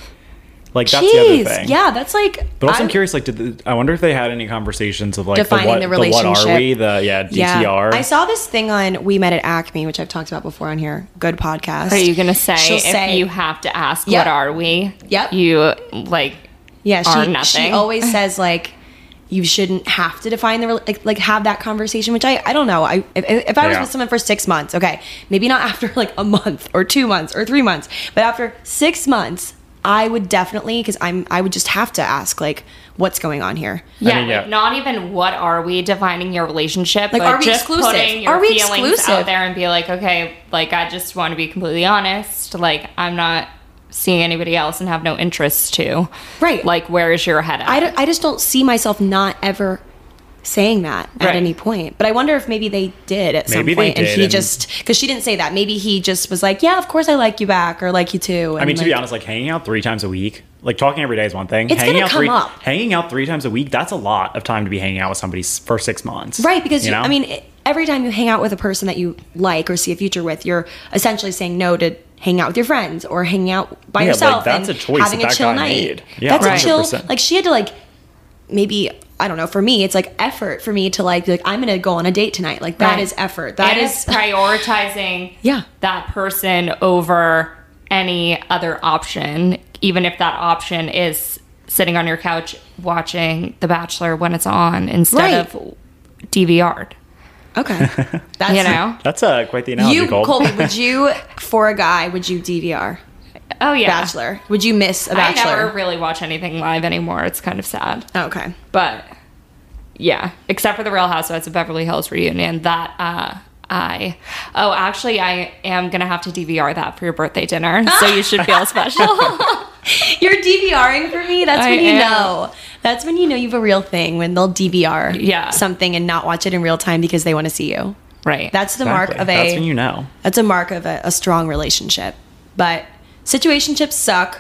Speaker 5: Like that's
Speaker 1: Jeez,
Speaker 5: the other thing.
Speaker 1: yeah, that's like.
Speaker 5: But also, I'm,
Speaker 1: I'm-
Speaker 5: curious. Like, did the, I wonder if they had any conversations of like
Speaker 1: Defining
Speaker 5: the, what,
Speaker 1: the
Speaker 5: The what are
Speaker 1: relationship.
Speaker 5: we? The yeah,
Speaker 1: Yeah,
Speaker 5: DTR.
Speaker 1: I saw this thing on We Met at Acme, which I've talked about before on here. Good podcast.
Speaker 2: Are you gonna say
Speaker 1: She'll
Speaker 2: if
Speaker 1: say-
Speaker 2: you have to ask
Speaker 1: Yep.
Speaker 2: what are we?
Speaker 1: Yep.
Speaker 2: You like
Speaker 1: yeah,
Speaker 2: are
Speaker 1: she, she
Speaker 2: nothing.
Speaker 1: always says like you shouldn't have to define the rela- like like have that conversation which i i don't know i if, if i was
Speaker 5: Yeah.
Speaker 1: with someone for six months okay maybe not after like a month or two months or three months but after six months i would definitely because i'm i would just have to ask like what's going on here
Speaker 2: yeah,
Speaker 5: mean, yeah.
Speaker 2: like not even what are we defining your relationship,
Speaker 1: Like,
Speaker 2: but
Speaker 1: are we
Speaker 2: just
Speaker 1: exclusive?
Speaker 2: putting your
Speaker 1: Are we
Speaker 2: feelings
Speaker 1: exclusive?
Speaker 2: out there and be like, okay, like I just want to be completely honest. Like I'm not seeing anybody else and have no interest to.
Speaker 1: Right.
Speaker 2: Like where is your head at?
Speaker 1: I, don't- I just don't see myself not ever saying that at
Speaker 2: Right.
Speaker 1: any point. But I wonder if maybe they did at
Speaker 5: Maybe
Speaker 1: some
Speaker 5: they
Speaker 1: point, and
Speaker 5: did,
Speaker 1: he
Speaker 5: and-
Speaker 1: just because she didn't say that. Maybe he just was like, "Yeah, of course I like you back, or like you too."
Speaker 5: I mean, to be honest, like hanging out three times a week, like talking every day is one thing.
Speaker 1: It's
Speaker 5: hanging
Speaker 1: gonna
Speaker 5: out
Speaker 1: come
Speaker 5: three,
Speaker 1: up.
Speaker 5: Hanging out three times a week, that's a lot of time to be hanging out with somebody s- for six months.
Speaker 1: Right, because you
Speaker 5: know?
Speaker 1: I mean, it- every time you hang out with a person that you like or see a future with, you're essentially saying no to hang out with your friends or hanging out by
Speaker 5: Yeah, like,
Speaker 1: yourself.
Speaker 5: that's
Speaker 1: and
Speaker 5: a choice
Speaker 1: having a
Speaker 5: that that
Speaker 1: chill
Speaker 5: guy
Speaker 1: night.
Speaker 5: made. Yeah,
Speaker 1: that's a chill.
Speaker 5: 100%.
Speaker 1: Like she had to like maybe I don't know. For me, it's like effort for me to like be like I'm gonna go on a date tonight. Like that
Speaker 2: Right.
Speaker 1: is effort. That
Speaker 2: and
Speaker 1: is
Speaker 2: it's prioritizing
Speaker 1: Yeah.
Speaker 2: that person over any other option, even if that option is sitting on your couch watching The Bachelor when it's on instead
Speaker 1: Right.
Speaker 2: of DVR'd.
Speaker 1: Okay. That's,
Speaker 2: You know?
Speaker 5: that's uh, quite the analogy.
Speaker 1: You,
Speaker 5: Cole.
Speaker 1: Colby, would you, for a guy, would you DVR
Speaker 2: Oh yeah.
Speaker 1: Bachelor? Would you miss a
Speaker 2: I never
Speaker 1: Bachelor? Oh,
Speaker 2: really watch anything live anymore. It's kind of sad.
Speaker 1: okay.
Speaker 2: But yeah, except for the Real Housewives of Beverly Hills reunion that uh I oh actually I am gonna have to DVR that for your birthday dinner, so you should feel special.
Speaker 1: You're DVRing for me? That's
Speaker 2: I
Speaker 1: when you
Speaker 2: am.
Speaker 1: know. That's when you know you have a real thing, when they'll DVR
Speaker 2: Yeah.
Speaker 1: something and not watch it in real time because they want to see you.
Speaker 2: right.
Speaker 1: That's the mark
Speaker 5: Exactly.
Speaker 1: of
Speaker 5: That's
Speaker 1: a
Speaker 5: when you know.
Speaker 1: that's a mark of a, a strong relationship. But situationships suck.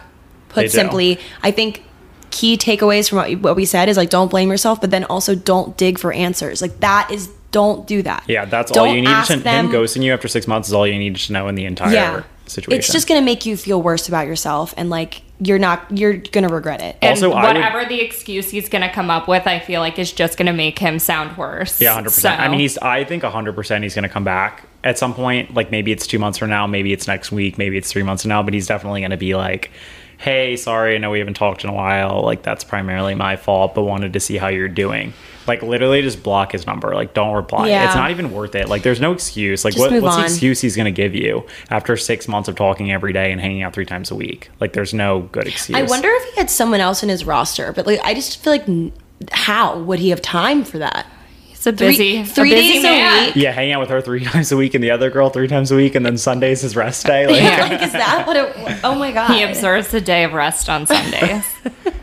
Speaker 5: They
Speaker 1: Put
Speaker 5: do.
Speaker 1: simply, I think key takeaways from what, we- what we said is like don't blame yourself, but then also don't dig for answers. Like that is don't do that.
Speaker 5: Yeah, that's all
Speaker 1: Don't
Speaker 5: you need.
Speaker 1: ask
Speaker 5: To,
Speaker 1: them-
Speaker 5: him ghosting you after six months is all you need to know in the entire situation.
Speaker 1: It's just going to make you feel worse about yourself and like you're not you're gonna regret it.
Speaker 2: And
Speaker 5: Also, I would-
Speaker 2: whatever the excuse he's going to come up with, I feel like is just going to make him sound worse.
Speaker 5: Yeah, hundred
Speaker 2: So-
Speaker 5: percent. I mean, he's. I think hundred percent he's going to come back at some point. Like maybe it's two months from now, maybe it's next week, maybe it's three months from now. But he's definitely going to be like, "Hey, sorry, I know we haven't talked in a while. Like that's primarily my fault, but wanted to see how you're doing." Like literally, just block his number. Like don't reply.
Speaker 1: Yeah.
Speaker 5: It's not even worth it. Like there's no excuse. Like
Speaker 1: Just
Speaker 5: what,
Speaker 1: move
Speaker 5: what's the
Speaker 1: on.
Speaker 5: excuse he's going to give you after six months of talking every day and hanging out three times a week? Like there's no good excuse.
Speaker 1: I wonder if he had someone else in his roster, but like I just feel like n- how would he have time for that?
Speaker 2: He's a busy, a
Speaker 1: three
Speaker 2: busy
Speaker 1: days
Speaker 2: man.
Speaker 1: a week.
Speaker 5: Yeah, hanging out with her three times a week and the other girl three times a week, and then Sunday's his rest day. Like,
Speaker 2: Yeah.
Speaker 1: Like, is that what it? Oh my god!
Speaker 2: He observes the day of rest on Sundays.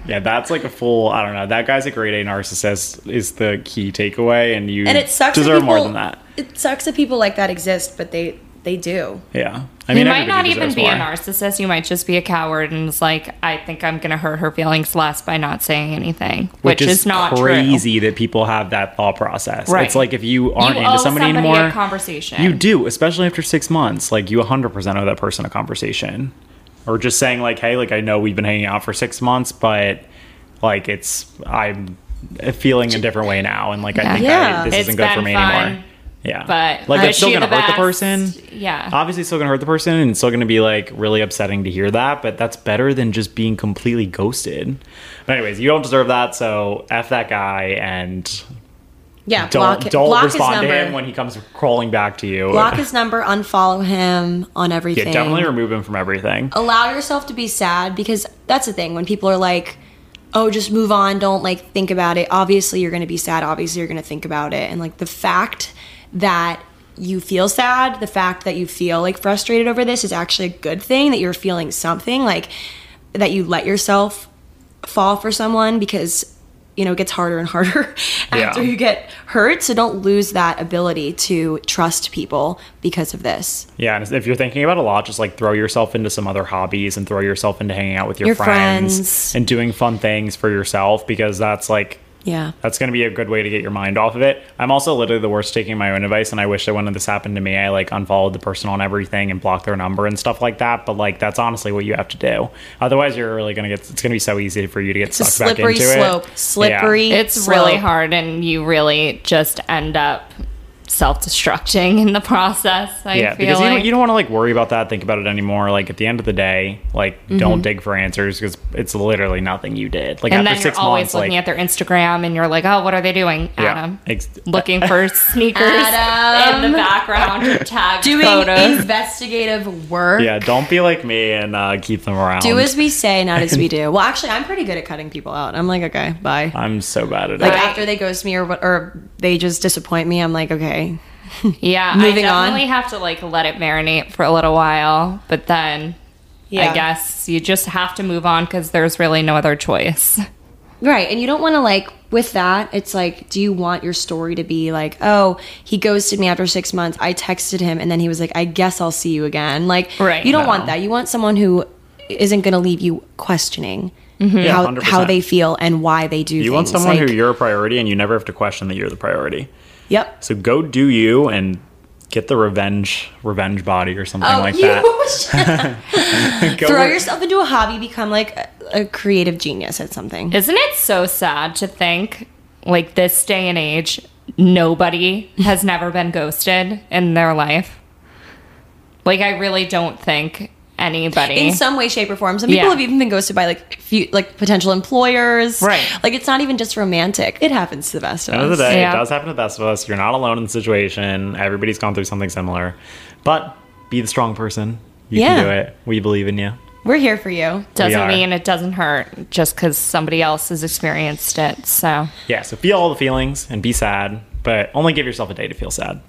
Speaker 5: Yeah, that's like a full. I don't know. That guy's a grade A narcissist is the key takeaway, and you
Speaker 1: and it sucks. that
Speaker 5: deserve
Speaker 1: people,
Speaker 5: more than that.
Speaker 1: It sucks that people like that exist, but they they do.
Speaker 5: Yeah, I
Speaker 2: you
Speaker 5: mean,
Speaker 2: might
Speaker 5: everybody
Speaker 2: not even
Speaker 5: deserves
Speaker 2: be
Speaker 5: more.
Speaker 2: a narcissist. You might just be a coward and it's like, I think I'm going to hurt her feelings less by not saying anything, which, is, not
Speaker 5: crazy that people have that thought process.
Speaker 2: Right.
Speaker 5: It's like if you
Speaker 2: True.
Speaker 5: aren't
Speaker 2: you owe
Speaker 5: into somebody,
Speaker 2: somebody
Speaker 5: anymore,
Speaker 2: a conversation.
Speaker 5: you do, especially after six months. Like you 100% owe that person a conversation, or just saying like, hey, like I know we've been hanging out for six months, but like it's I'm feeling a different way now, and like I think
Speaker 1: Yeah.
Speaker 5: I, this
Speaker 2: It's
Speaker 5: isn't good for
Speaker 2: been
Speaker 5: me
Speaker 2: fun,
Speaker 5: anymore. Yeah,
Speaker 2: But
Speaker 5: like
Speaker 2: was
Speaker 5: it's still
Speaker 2: she
Speaker 5: gonna
Speaker 2: the
Speaker 5: hurt
Speaker 2: best?
Speaker 5: the person.
Speaker 2: Yeah.
Speaker 5: obviously it's still gonna hurt the person and it's still gonna be like really upsetting to hear that but that's better than just being completely ghosted but anyways you don't deserve that so f that guy and
Speaker 1: Yeah,
Speaker 5: don't
Speaker 1: block,
Speaker 5: don't
Speaker 1: block
Speaker 5: respond
Speaker 1: his
Speaker 5: to
Speaker 1: number.
Speaker 5: him when he comes crawling back to you
Speaker 1: block his number, unfollow him on
Speaker 5: yeah
Speaker 1: everything.
Speaker 5: definitely remove him from everything
Speaker 1: allow yourself to be sad because that's the thing when people are like oh just move on don't like think about it obviously you're going to be sad obviously you're going to think about it and like the fact that you feel sad the fact that you feel like frustrated over this is actually a good thing that you're feeling something like that you let yourself fall for someone because you know it gets harder and harder after
Speaker 5: Yeah.
Speaker 1: you get hurt so don't lose that ability to trust people because of this
Speaker 5: yeah and if you're thinking about it a lot just like throw yourself into some other hobbies and throw yourself into hanging out with your,
Speaker 1: Your
Speaker 5: friends,
Speaker 1: friends.
Speaker 5: and doing fun things for yourself because that's like
Speaker 1: yeah
Speaker 5: That's going to be a good way to get your mind off of it. I'm also literally the worst taking my own advice, and I wish that when this happened to me, I like unfollowed the person on everything and blocked their number and stuff like that. But like, that's honestly what you have to do. Otherwise, you're really going to get. It's going to be so easy for you to get
Speaker 1: a
Speaker 5: sucked back
Speaker 1: slippery
Speaker 5: into
Speaker 1: slope.
Speaker 5: it.
Speaker 1: Slippery.
Speaker 5: Yeah.
Speaker 2: It's
Speaker 1: slope.
Speaker 2: really hard, and you really just end up self destructing in the process. I
Speaker 5: Yeah,
Speaker 2: feel
Speaker 5: because you
Speaker 2: like.
Speaker 5: don't, you don't want to like worry about that, think about it anymore. Like at the end of the day, like
Speaker 2: Mm-hmm.
Speaker 5: don't dig for answers because it's literally nothing you did. Like
Speaker 2: and
Speaker 5: after
Speaker 2: then you're
Speaker 5: six
Speaker 2: always
Speaker 5: months,
Speaker 2: looking
Speaker 5: like
Speaker 2: at their Instagram and you're like, oh, what are they doing?
Speaker 5: Yeah.
Speaker 2: Adam.
Speaker 5: Ex-
Speaker 2: looking for sneakers
Speaker 1: Adam.
Speaker 2: in the background to tag
Speaker 1: doing
Speaker 2: photos.
Speaker 1: investigative work.
Speaker 5: yeah, don't be like me and uh, keep them around.
Speaker 1: Do as we say, not as we do. Well, actually, I'm pretty good at cutting people out. I'm like, okay, bye.
Speaker 5: I'm so bad at
Speaker 1: Like
Speaker 5: it.
Speaker 1: after they ghost me or what, or they just disappoint me, I'm like, okay,
Speaker 2: yeah,
Speaker 1: Moving
Speaker 2: I
Speaker 1: on.
Speaker 2: definitely have to like let it marinate for a little while, but then
Speaker 1: yeah,
Speaker 2: I guess you just have to move on because there's really no other choice.
Speaker 1: right. And you don't want to like with that. It's like, do you want your story to be like, oh, he ghosted me after six months. I texted him, and then he was like, I guess I'll see you again. Like,
Speaker 2: Right,
Speaker 1: You don't
Speaker 5: no.
Speaker 1: want that. You want someone who isn't going to leave you questioning
Speaker 2: Mm-hmm.
Speaker 5: Yeah,
Speaker 1: how
Speaker 5: 100%.
Speaker 1: how they feel and why they do.
Speaker 5: You want
Speaker 1: things.
Speaker 5: someone
Speaker 1: Like,
Speaker 5: who you're a priority and you never have to question that you're the priority.
Speaker 1: Yep.
Speaker 5: So go do you and get the revenge revenge body or something
Speaker 2: Oh,
Speaker 5: like
Speaker 1: Oh, you
Speaker 5: that. Go
Speaker 1: throw
Speaker 5: work-
Speaker 1: yourself into a hobby, become like a, a creative genius at something.
Speaker 2: Isn't it so sad to think, like, this day and age, nobody has never been ghosted in their life? Like, I really don't think anybody.
Speaker 1: in some way, shape, or form. Some people
Speaker 2: Yeah.
Speaker 1: have even been ghosted by like few, like potential employers.
Speaker 2: Right.
Speaker 1: Like it's not even just romantic. It happens to the best of
Speaker 5: End of the
Speaker 1: us.
Speaker 5: day,
Speaker 2: Yeah.
Speaker 5: it does happen to the best of us. You're not alone in the situation. Everybody's gone through something similar. But be the strong person. You
Speaker 1: Yeah.
Speaker 5: can do it. We believe in you.
Speaker 1: We're here for you.
Speaker 2: doesn't
Speaker 5: are.
Speaker 2: mean it doesn't hurt just because somebody else has experienced it. So,
Speaker 5: Yeah, so feel all the feelings and be sad, but only give yourself a day to feel sad.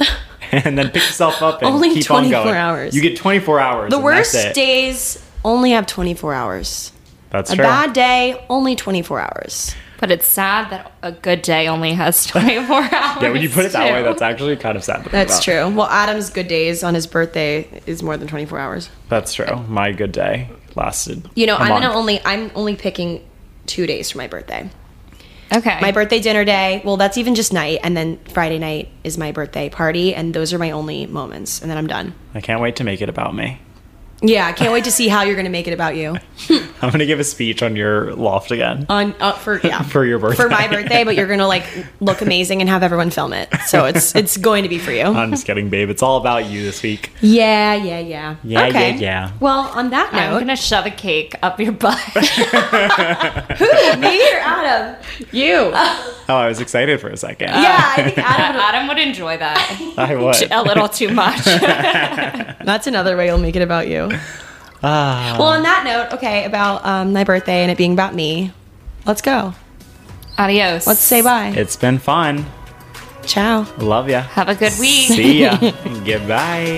Speaker 5: and then pick yourself up and
Speaker 1: Only
Speaker 5: keep
Speaker 1: 24
Speaker 5: on going.
Speaker 1: hours.
Speaker 5: You get 24 hours.
Speaker 1: The
Speaker 5: and
Speaker 1: worst
Speaker 5: that's it.
Speaker 1: days only have 24 hours.
Speaker 5: That's
Speaker 1: A
Speaker 5: true.
Speaker 1: bad day, only 24 hours.
Speaker 2: but it's sad that a good day only has 24 hours.
Speaker 5: yeah, when you put it that way,
Speaker 2: too.
Speaker 5: that's actually kind of sad. to think
Speaker 1: That's
Speaker 5: about.
Speaker 1: true. Well, Adam's good days on his birthday is more than 24 hours.
Speaker 5: That's true. My good day lasted.
Speaker 1: You know,
Speaker 5: a
Speaker 1: i I'm
Speaker 5: month.
Speaker 1: gonna only I'm only picking two days for my birthday.
Speaker 2: okay.
Speaker 1: my birthday dinner day well that's even just night and then friday night is my birthday party and those are my only moments and then i'm done
Speaker 5: I can't wait to make it about me.
Speaker 1: Yeah, I can't wait to see how you're going to make it about you
Speaker 5: I'm going to give a speech on your loft again.
Speaker 1: on uh, for yeah
Speaker 5: For your birthday.
Speaker 1: for my birthday. But you're going to like look amazing and have everyone film it. So it's it's going to be for you.
Speaker 5: I'm just kidding, babe. It's all about you this week.
Speaker 1: Yeah, yeah, yeah.
Speaker 5: Yeah,
Speaker 6: Okay.
Speaker 5: yeah, yeah.
Speaker 1: Well, on that
Speaker 2: I'm
Speaker 1: note,
Speaker 2: gonna shove a cake up your butt.
Speaker 1: me or Adam? You.
Speaker 5: Oh, I was excited for a second.
Speaker 1: Yeah, I think Adam.
Speaker 2: Adam would enjoy that
Speaker 5: I was.
Speaker 2: a little too much.
Speaker 1: That's another way you'll make it about you.
Speaker 5: Ah.
Speaker 1: Well, on that note, okay, about um, my birthday and it being about me. Let's go.
Speaker 2: Adios.
Speaker 1: Let's say bye.
Speaker 5: It's been fun.
Speaker 1: Ciao.
Speaker 5: Love ya.
Speaker 2: Have a good week.
Speaker 5: See ya. Goodbye.